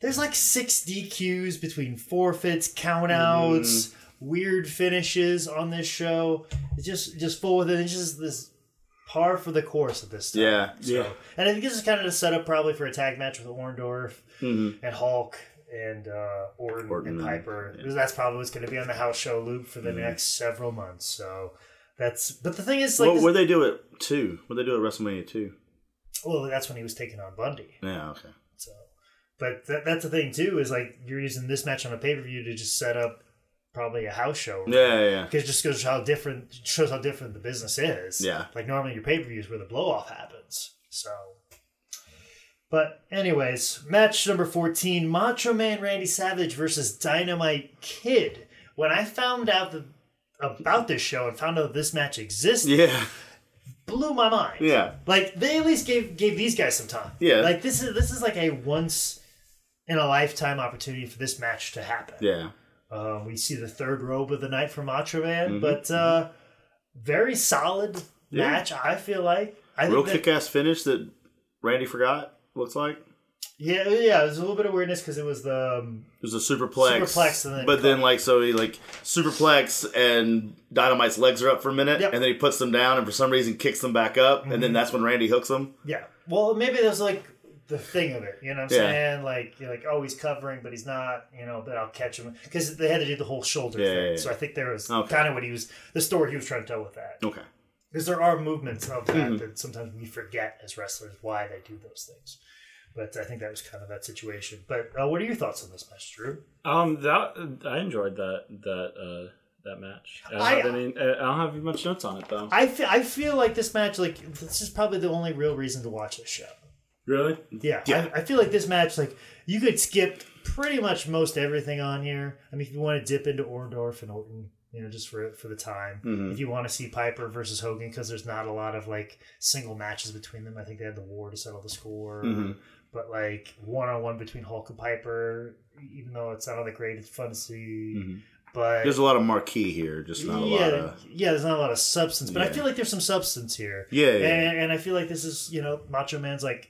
there's like six DQs between forfeits, countouts, weird finishes on this show. It's just just full with it. It's just this par for the course of this stuff. Yeah. Yeah. And I think this is kind of the setup probably for a tag match with Orndorff and Hulk and uh, Orton, Orton and and- Piper. That's probably what's going to be on the house show loop for the next several months. So. That's but the thing is like What this- would they do at 2? What they do at WrestleMania 2? well that's when he was taking on Bundy. Yeah, okay. So, but that, that's the thing too is like you're using this match on a pay per view to just set up probably a house show. Yeah, yeah, yeah. Because it just goes how different shows how different the business is. Yeah. Like normally your pay per views where the blow off happens. So. But anyways, match number fourteen: Macho Man Randy Savage versus Dynamite Kid. When I found out that about this show and found out this match existed, Yeah. [laughs] blew my mind. Yeah. Like they at least gave gave these guys some time. Yeah. Like this is this is like a once in a lifetime opportunity for this match to happen. Yeah. Uh, we see the third robe of the night for Macho Man, but uh, very solid Mm-hmm. Yeah. match. I feel like I Real think that, kick ass finish that Randy forgot, looks like. It yeah yeah it was a little bit of weirdness because it was the um, was a superplex. Superplex and then- but then, like, so he, like, superplex and Dynamite's legs are up for a minute. Yep. Mm-hmm. And then he puts them down and for some reason kicks them back up. And then that's when Randy hooks them. yeah well maybe that was like the thing of it you know what I'm Yeah. saying like you're like oh he's covering but he's not you know but I'll catch him because they had to do the whole shoulder Yeah, thing yeah, yeah. so I think there was Okay. kind of what he was the story he was trying to tell with that Okay. because there are movements of that that sometimes we forget as wrestlers why they do those things. But I think that was kind of that situation. But uh, what are your thoughts on this match, Drew? Um, that I enjoyed that that uh that match. I don't, I- have any, I don't have much notes on it though. I fe- I feel like this match, like this is probably the only real reason to watch this show. really? Yeah, I, I feel like this match, like you could skip pretty much most everything on here. I mean, if you want to dip into Orndorff and Orton, you know, just for for the time. Mm-hmm. If you want to see Piper versus Hogan, because there's not a lot of like single matches between them. I think they had the war to settle the score, Mm-hmm. but like one on one between Hulk and Piper, even though it's not all that great, it's fun to see. But Mm. There's a lot of marquee here, just not a Mm-hmm. yeah, lot of. yeah, there's not a lot of substance, but I Yeah. feel like there's some substance here. Yeah, yeah, yeah. and, and I feel like this is you know Macho Man's like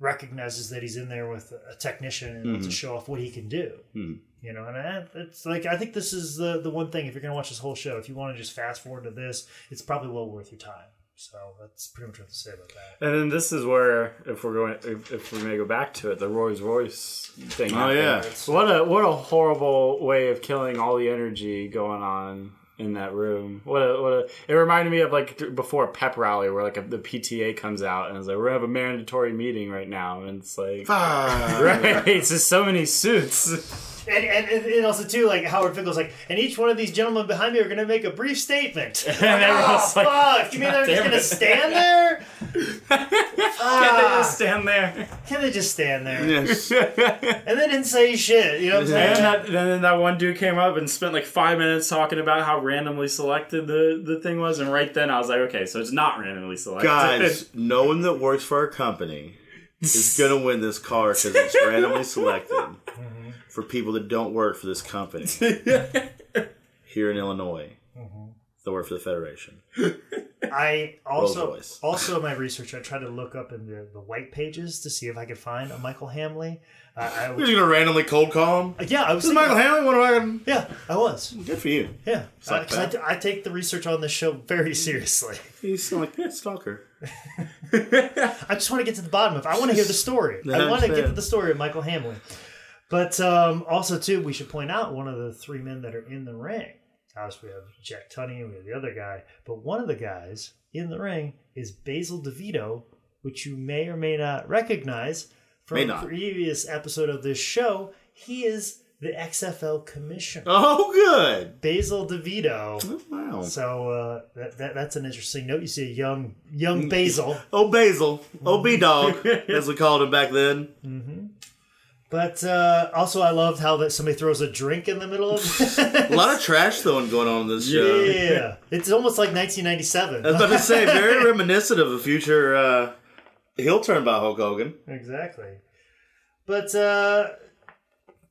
recognizes that he's in there with a technician and Mm-hmm. wants to show off what he can do. Hmm. You know, and I, it's like I think this is the the one thing if you're gonna watch this whole show, if you want to just fast forward to this, it's probably well worth your time. So that's pretty much what to say about that. And then this is where, if we're going, if, if we may go back to it, the Rolls Royce thing. Oh, yeah. What a what a horrible way of killing all the energy going on in that room. What a what a. It reminded me of like th- before a pep rally where like a, the PTA comes out and is like, "We're gonna have a mandatory meeting right now," and it's like, [laughs] Ah. [laughs] right? It's just so many suits. [laughs] And, and and also too, like Howard Finkel's like, and each one of these gentlemen behind me are gonna make a brief statement. and oh, everyone's fuck! [laughs] like, you mean they're "God just damn gonna it." stand there? [laughs] They Ah. just stand there. Can they just stand there? Yes. And they didn't say shit. You know what I'm saying? And that, then that one dude came up and spent like five minutes talking about how randomly selected the, the thing was, and right then I was like, okay, so it's not randomly [laughs] selected. Guys, no one that works for our company is going to win this car because [laughs] it's randomly selected for people that don't work for this [laughs] company here in Illinois. That work for the Federation. I also Rolls-Royce. [laughs] also in my research, I tried to look up in the, the white pages to see if I could find a Michael Hamley. Uh, I You're was, just going to randomly cold call him? yeah, I was [laughs] This is Michael thinking- Hanley. What am Yeah, I was. I? Good for you. Yeah, like Uh, 'cause I that. t- I take the research on this show very seriously. He's like a stalker. I just want to get to the bottom of. it. I want to hear the [laughs] story. I That's want to get fair. to the story of Michael Hamlin. But um, also too, we should point out one of the three men that are in the ring. Obviously, we have Jack Tunney, we have the other guy, but one of the guys in the ring is Basil DeVito, which you may or may not recognize from May a not. previous episode of this show. He is the XFL commissioner, Oh, good. Basil DeVito. Wow. So uh, that, that that's an interesting note. You see a young Mm. young Basil. Oh, Basil. Oh, B Dog, as we called him back then. But uh, also, I loved how that somebody throws a drink in the middle [laughs] of it. A lot of trash throwing going on in this show. yeah, it's almost like 1997. I was about to say, very reminiscent of a future uh, heel turn by Hulk Hogan. exactly. But uh,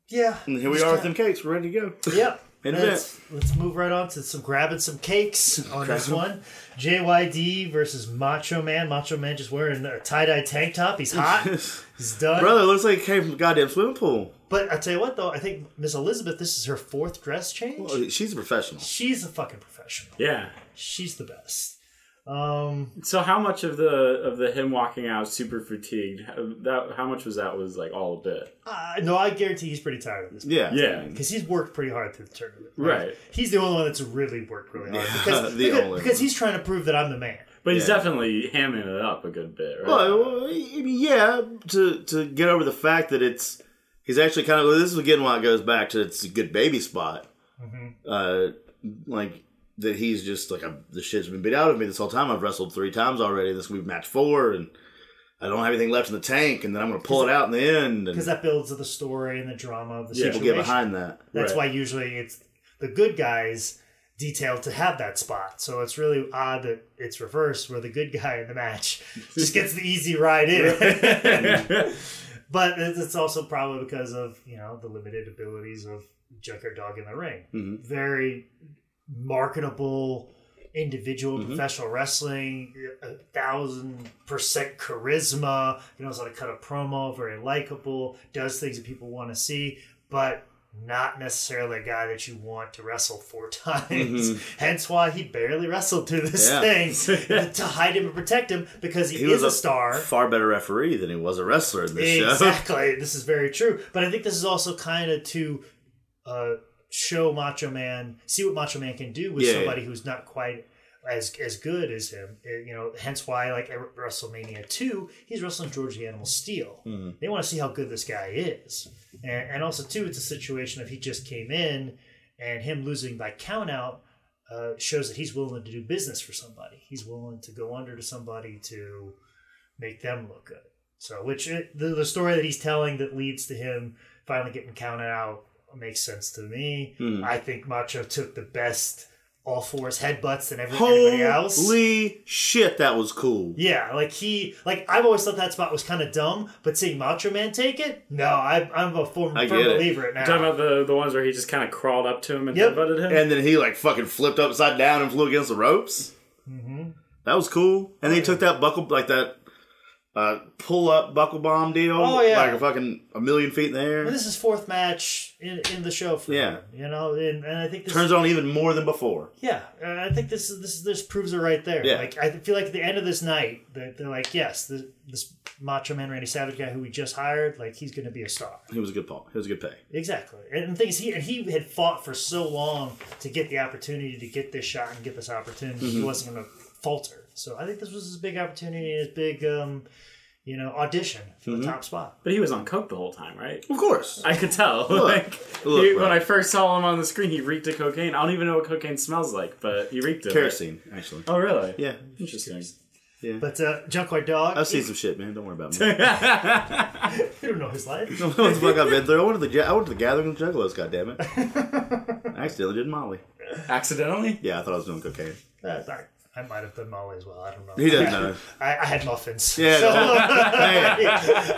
yeah, And here we Just are with kinda- them cakes. We're ready to go. Yep. In a let's, let's move right on to some grabbing some cakes on this one. JYD versus Macho Man. Macho Man just wearing a tie dye tank top. He's hot. [laughs] He's done. Brother, it looks like it came from a goddamn swimming pool. But I tell you what, though, I think Miss Elizabeth, this is her fourth dress change. Oh, She's a professional. She's a fucking professional. [laughs] Yeah. She's the best. Um, So how much of the of the him walking out super fatigued? how- That how much was that was like all a bit. I, Uh, no, I guarantee he's pretty tired of this Yeah. Yeah. because he's worked pretty hard through the tournament. Right. He's the only one that's really worked really hard Yeah, because, [laughs] the because, only because one. he's trying to prove that I'm the man. But he's Yeah. definitely hamming it up a good bit, right? Well, I mean, yeah, to to get over the fact that it's he's actually kind of this is again why it goes back to it's a good baby spot, Mm-hmm. uh, like that he's just like i the shit's been beat out of me this whole time. I've wrestled three times already. This we've matched four, and I don't have anything left in the tank, and then I'm gonna pull it out in the end, and because that builds the story and the drama of the Yeah. people situation. get behind that. That's Right. why usually it's the good guys detailed to have that spot. So it's really odd that it's reversed, where the good guy in the match [laughs] just gets the easy ride [laughs] in. but it's it's also probably because of you know the limited abilities of Junker Dog in the ring. Mm-hmm. Very marketable individual Mm-hmm. professional wrestling, a thousand percent charisma, you know, knows how to cut a promo, very likable, does things that people want to see, but not necessarily a guy that you want to wrestle four [laughs] times. Hence why he barely wrestled through this Mm-hmm. Yeah. thing [laughs] to hide him and protect him because he, He is was a, a star. Far better referee than he was a wrestler in this show. Exactly. This is very true. But I think this is also kind of to uh, show Macho Man, see what Macho Man can do with Yeah, somebody who's not quite as as good as him. Uh, You know, hence why like at WrestleMania two, he's wrestling George the Animal Steel. Mm-hmm. They want to see how good this guy is, and, and also too, it's a situation of he just came in and him losing by count out. Uh, shows that he's willing to do business for somebody. He's willing to go under to somebody to make them look good. So, which it, the, the story that he's telling that leads to him finally getting counted out makes sense to me. Hmm. I think Macho took the best all fours headbutts than every, anybody else. Holy shit, that was cool. Yeah, like he, like I've always thought that spot was kind of dumb, but seeing Macho Man take it, no, I, I'm a form, I firm get it. believer it now. [laughs] Talking about the the ones where he just kind of crawled up to him and Yep. headbutted him. And then he like fucking flipped upside down and flew against the ropes. Mm-hmm. That was cool. And they took that buckle like that uh, pull up buckle bomb deal. Oh, yeah. like a fucking a million feet in the air. And this is fourth match in, in the show for Yeah. him, you know, and, and I think this Turns on even more than before. Yeah, and I think this is this this proves it right there. Yeah. Like I feel like at the end of this night, that they're like, yes, this, this Macho Man Randy Savage guy who we just hired, like he's going to be a star. He was a good Paul. He was a good pay. Exactly. And the thing is, he and he had fought for so long to get the opportunity to get this shot and get this opportunity. Mm-hmm. He wasn't going to falter. So I think this was his big opportunity, his big, um, you know, audition for Mm-hmm. the top spot. But he was on coke the whole time, right? Of course. I could tell. [laughs] like look, he- bro. when I first saw him on the screen, he reeked of cocaine. I don't even know what cocaine smells like, but he reeked of it. Kerosene, actually. Oh, really? Yeah. Interesting. But uh, Junkyard Dog, I've seen some shit, man. Don't worry [laughs] about me. you don't know his life. what the fuck I've been through. I went to the ja- I went to the gathering of juggalos, [laughs] goddammit. I accidentally did Molly. Accidentally? Yeah, I thought I was [laughs] doing cocaine. Uh, I, I might have done Molly as well. I don't know. He doesn't know. I, I had muffins. Yeah, So- Man,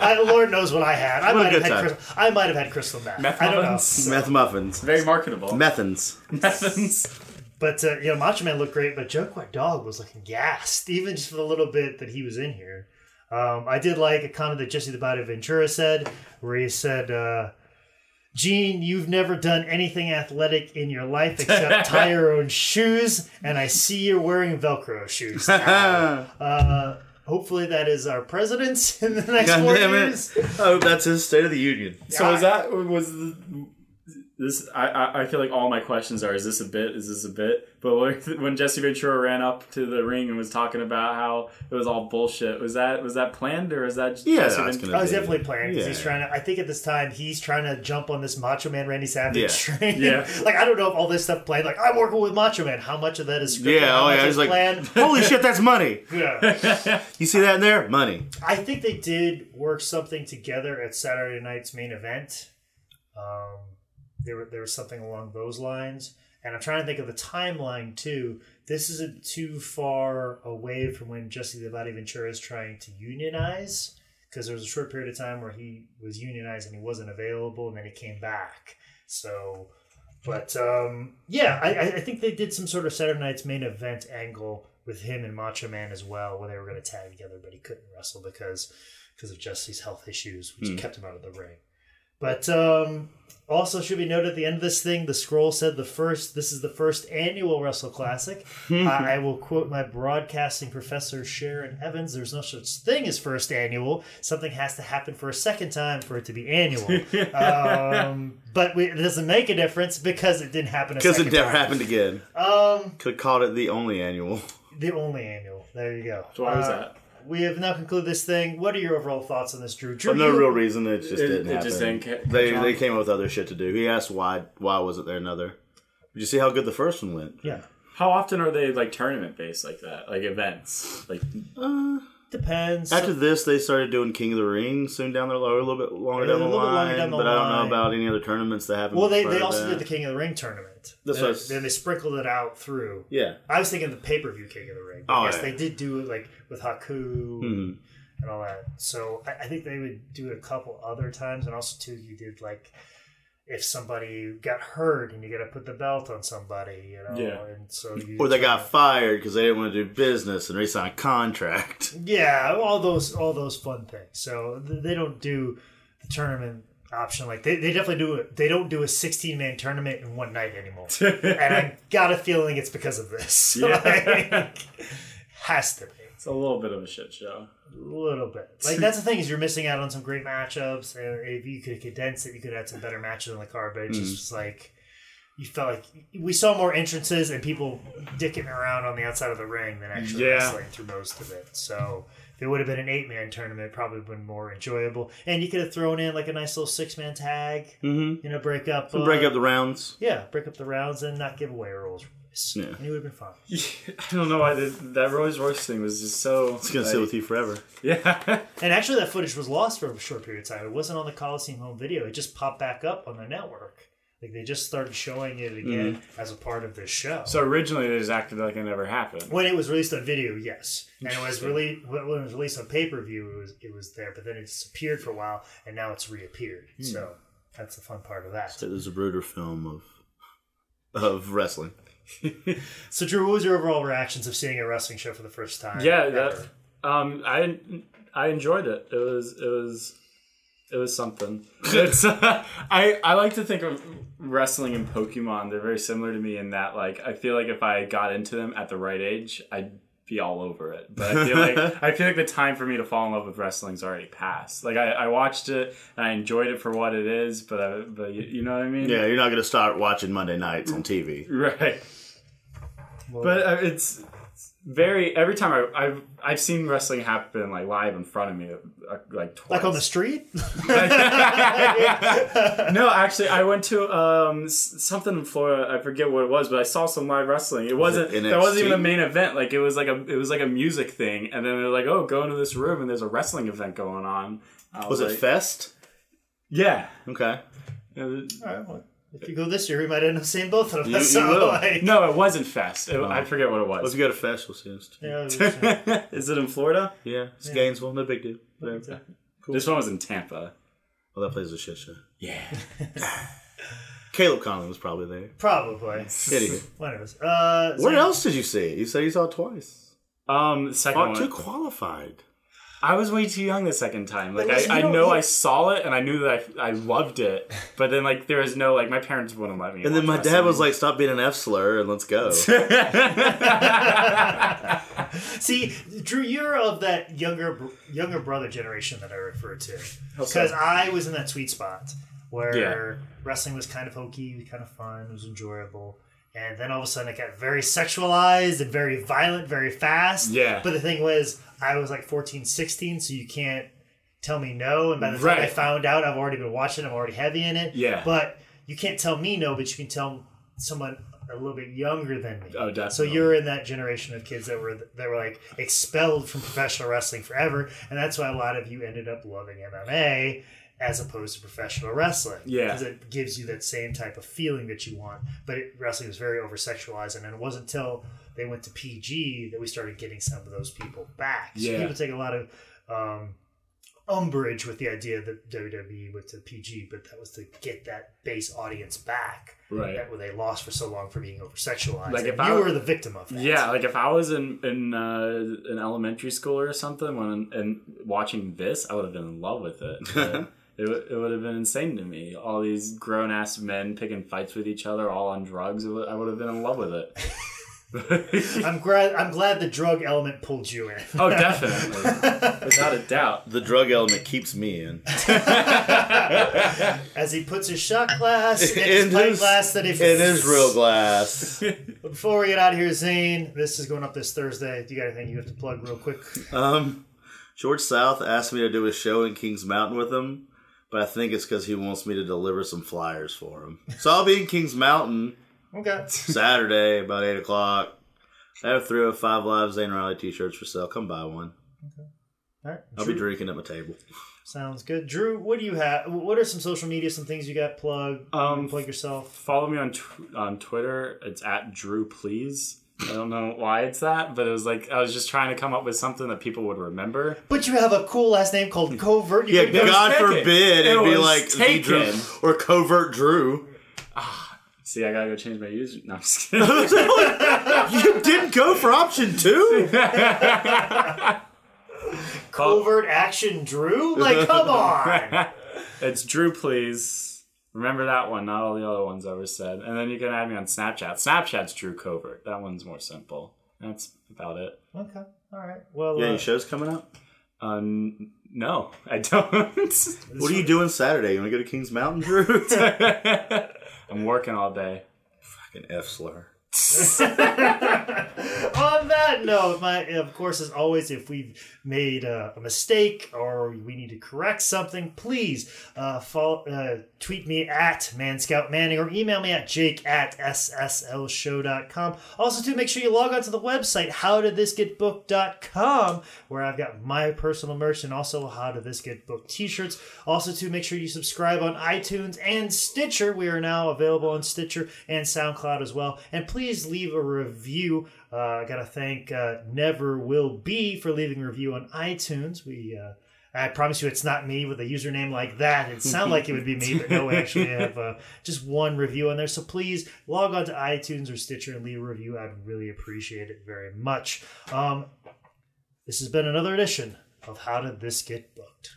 [laughs] I, Lord knows what I had. I What a might have good had. time. Crystal, I might have had crystal meth. Meth I don't know. muffins? Meth muffins. Very marketable. [laughs] Methans. Muffins. But uh, you know, Macho Man looked great, but Joe White Dog was looking gassed, even just for the little bit that he was in here. Um, I did like a comment that Jesse the Body Ventura said, where he said, uh, "Gene, you've never done anything athletic in your life [laughs] except tie your own shoes, and I see you're wearing Velcro shoes." now." [laughs] uh, hopefully, that is our president in the next God four damn years. it. Oh, that's his State of the Union. So was that was the, this I, I I feel like all my questions are: Is this a bit? Is this a bit? But when- [laughs] when Jesse Ventura ran up to the ring and was talking about how it was all bullshit, was that was that planned or was that just Yeah, Jesse that's Ventura? I was Yeah. definitely playing because he's Yeah. trying to. I think at this time he's trying to jump on this Macho Man Randy Savage Yeah. train. Yeah. [laughs] like I don't know if all this stuff played. Like I'm working with Macho Man. How much of that is scripted? Yeah, How oh much yeah, is it's like planned? holy shit, that's money. Yeah. You see that in there? Money. I think they did work something together at Saturday night's main event. Um, there, were- there was something along those lines. And I'm trying to think of the timeline too. This isn't too far away from when Jesse the Body Ventura is trying to unionize, because there was a short period of time where he was unionized and he wasn't available, and then he came back. So, but um, yeah, I, I I think they did some sort of Saturday Night's main event angle with him and Macho Man as well, where they were going to tag together, but he couldn't wrestle because because of Jesse's health issues, which Hmm. kept him out of the ring. But um, also should be noted at the end of this thing, the scroll said the first. This is the first annual Wrestle Classic. Hmm. I, I will quote my broadcasting professor Sharon Evans: "There's no such thing as first annual. Something has to happen for a second time for it to be [laughs] annual. um, but we, it doesn't make a difference because it didn't happen. Because Because it never happened again. Um, Could have called it the only annual. the only annual. There you go. Why was Uh, that? We have now concluded this thing. What are your overall thoughts on this, Drew? Drew For no you- real reason, it just It- didn't it happen. just didn't ca- they catch on. they came up with other shit to do. He asked why why wasn't there another. Did you see how good the first one went? Yeah. How often are they like tournament based like that, like events? Like Uh, Depends. after this, they started doing King of the Ring soon down the or a little bit longer Yeah, down a the little bit longer line. down the but I don't know line. about any other tournaments that happened. Well, they, prior they to also that. did the King of the Ring tournament. That's then, what I s- then they sprinkled it out through. yeah. I was thinking the pay per view King of the Ring. but Oh, yes, yeah. they did do it like with Haku Mhm. and all that. So I, I think they would do it a couple other times, and also too, you did like if somebody got hurt and you got to put the belt on somebody, you know. Yeah. And so you Or they try- got fired because they didn't want to do business and re-sign a contract. [laughs] yeah, all those all those fun things. So th- they don't do the tournament option like they, they definitely do it. They don't do a 16 man tournament in one night anymore. and I got a feeling it's because of this. [laughs] Yeah. Like, has to be it's a little bit of a shit show. a little [laughs] bit. Like that's the thing is you're missing out on some great matchups, and if you could condense it, you could add some better matches on the card. But Hmm. it's just like you felt like we saw more entrances and people dicking around on the outside of the ring than actually Yeah. wrestling through most of it. So. If it would have been an eight man tournament, it probably would have been more enjoyable. And you could have thrown in like a nice little six man tag, Mm-hmm. you know, break up. uh, To break up the rounds. yeah, break up the rounds and not give away rules. Yeah. And it would have been fun. [laughs] I don't know why that, that Rolls Royce thing was just so. It's gonna sit with you forever. Yeah. [laughs] And actually, that footage was lost for a short period of time. It wasn't on the Coliseum home video. It just popped back up on the network. Like they just started showing it again as a part of this show. So originally they just acted like it never happened. when it was released on video, yes, and it was really when it was released on pay per view, it was it was there. But then it disappeared for a while, and now it's reappeared. So that's the fun part of that. It was a Bruder film of of wrestling. So Drew, what was your overall reactions of seeing a wrestling show for the first time? Yeah, ever? that um, I I enjoyed it. It was it was it was something. [laughs] It's [laughs] I I like to think of wrestling and Pokemon. They're very similar to me in that like I feel like if I got into them at the right age, I'd be all over it. But I [laughs] feel like I feel like the time for me to fall in love with wrestling's already passed. Like I, I watched it and I enjoyed it for what it is, but I, but you, you know what I mean? Yeah, you're not gonna start watching Monday nights on TV. [laughs] Right. Well- but uh, it's it's very every time I, I've I've seen wrestling happen like live in front of me uh, like twice. like on the street. [laughs] no, actually, I went to um s- something in Florida. I forget what it was, but I saw some live wrestling. It wasn't it that wasn't NXT? even a main event. Like it was like a it was like a music thing, and then they're like, oh, go into this room, and there's a wrestling event going on. I Was it like, Fest? Yeah. Okay. It was- All right, well, if you go this year, we might end up seeing both of us. [laughs] you so, will. [laughs] like- No, it wasn't Fest. It- I forget what it Well, if was. you go to Fest, we'll see us. too. Yeah, oh. it was- [laughs] Is it in Florida? Yeah, it's Gainesville, no big deal. Whatever. This one was in Tampa. Well, that place is a shit show. Yeah. [laughs] Caleb Conlon was probably there. Probably. [laughs] Anyway. One of us. Uh, Where else did you see it? You said you saw it twice. Um, the second Part two one. qualified. I was way too young the second time. Like listen, I, I you don't- know you- I saw it and I knew that I, I [laughs] loved it, but then like there was no like my parents wouldn't let me. And then my watch dad was wrestling. like, "Stop being an F slur and let's [laughs] go." [laughs] See, Drew, you're of that younger br- younger brother generation that I refer to because I was in that sweet spot. where wrestling was kind of hokey, kind of fun, it was enjoyable. And then all of a sudden it got very sexualized and very violent very fast. Yeah. But the thing was, I was like 14, 16, so you can't tell me no. And by the time I Right. found out, I've already been watching, I'm already heavy in it. Yeah. But you can't tell me no, but you can tell someone a little bit younger than me. Oh, definitely. So you're in that generation of kids that were that were like expelled from professional wrestling forever, and that's why a lot of you ended up loving MMA as opposed to professional wrestling. Yeah. because it gives you that same type of feeling that you want. But it, wrestling was very over sexualized, and then it wasn't until they went to PG that we started getting some of those people back. So Yeah. people take a lot of. Um, umbrage with the idea that WWE went to PG, but that was to get that base audience back Right. that where they lost for so long for being over sexualized. Like, Like if you I- were the victim of that. [laughs] Yeah, like if I was in in uh, in elementary school or something when and watching this, I would have been in love with it. [laughs] it would- it would have been insane to me. All these grown ass men picking fights with each other, all on drugs. It would- I would have been in love with it. [laughs] I'm glad. I'm glad the drug element pulled you in. [laughs] oh, definitely, without a doubt. The drug element keeps me [laughs] in. As he puts his shot [laughs] glass in In his pint his- glass that he It is real [laughs] glass. Before we get out of here, Zane, this is going up this Thursday. Do you got anything you have to plug real quick? Um, George South asked me to do a show in Kings Mountain with him, but I think it's because he wants me to deliver some flyers for him. So I'll be in Kings Mountain Okay. Saturday about eight o'clock. I have three of five live Zane Riley t-shirts for sale. Come buy one. All right. I'll be drinking at my table. Sounds good. Drew, what do you have? What are some social media, some things you got plug? Um, plug yourself. Follow me on tw- on Twitter. It's at Drew Please. I don't know why it's that, but it was like I was just trying to come up with something that people would remember. But you have a cool last name called Covert. You Hmm. Yeah, could go- God taken. forbid it'd It be was like the Drew taken. or covert Drew. See, I gotta go change my user. No, I'm just kidding. you didn't go for option [laughs] two. Covert Action Drew? [laughs] Like, come on. It's Drew, please. Remember that one, not all the other ones I ever said. And then you can add me on Snapchat. Snapchat's Drew Covert. That one's more simple. That's about it. okay. All right. Well, Yeah, uh, your show's coming up. Um, no, I don't. [laughs] What are you doing Saturday? You want to go to Kings Mountain, Drew? I'm working all day. Fucking F slur. [laughs] on that note, my of course as always, if we've made uh, a mistake or we need to correct something, please uh, follow, uh, tweet me at Manscout Manning or email me at Jake at sslshow.com. Also, too, make sure you log on to the website howdidthisgetbooked.com where I've got my personal merch and also how did this get booked t-shirts. Also, to make sure you subscribe on iTunes and Stitcher. We are now available on Stitcher and SoundCloud as well. And please leave a review. Uh, I gotta thank uh, Never Will Be for leaving a review on iTunes. We uh, I promise you, it's not me with a username like that. It sounded like it would be me, but no, we actually have uh, just one review on there. So please log on to iTunes or Stitcher and leave a review. I'd really appreciate it very much. Um, this has been another edition of How Did This Get Booked?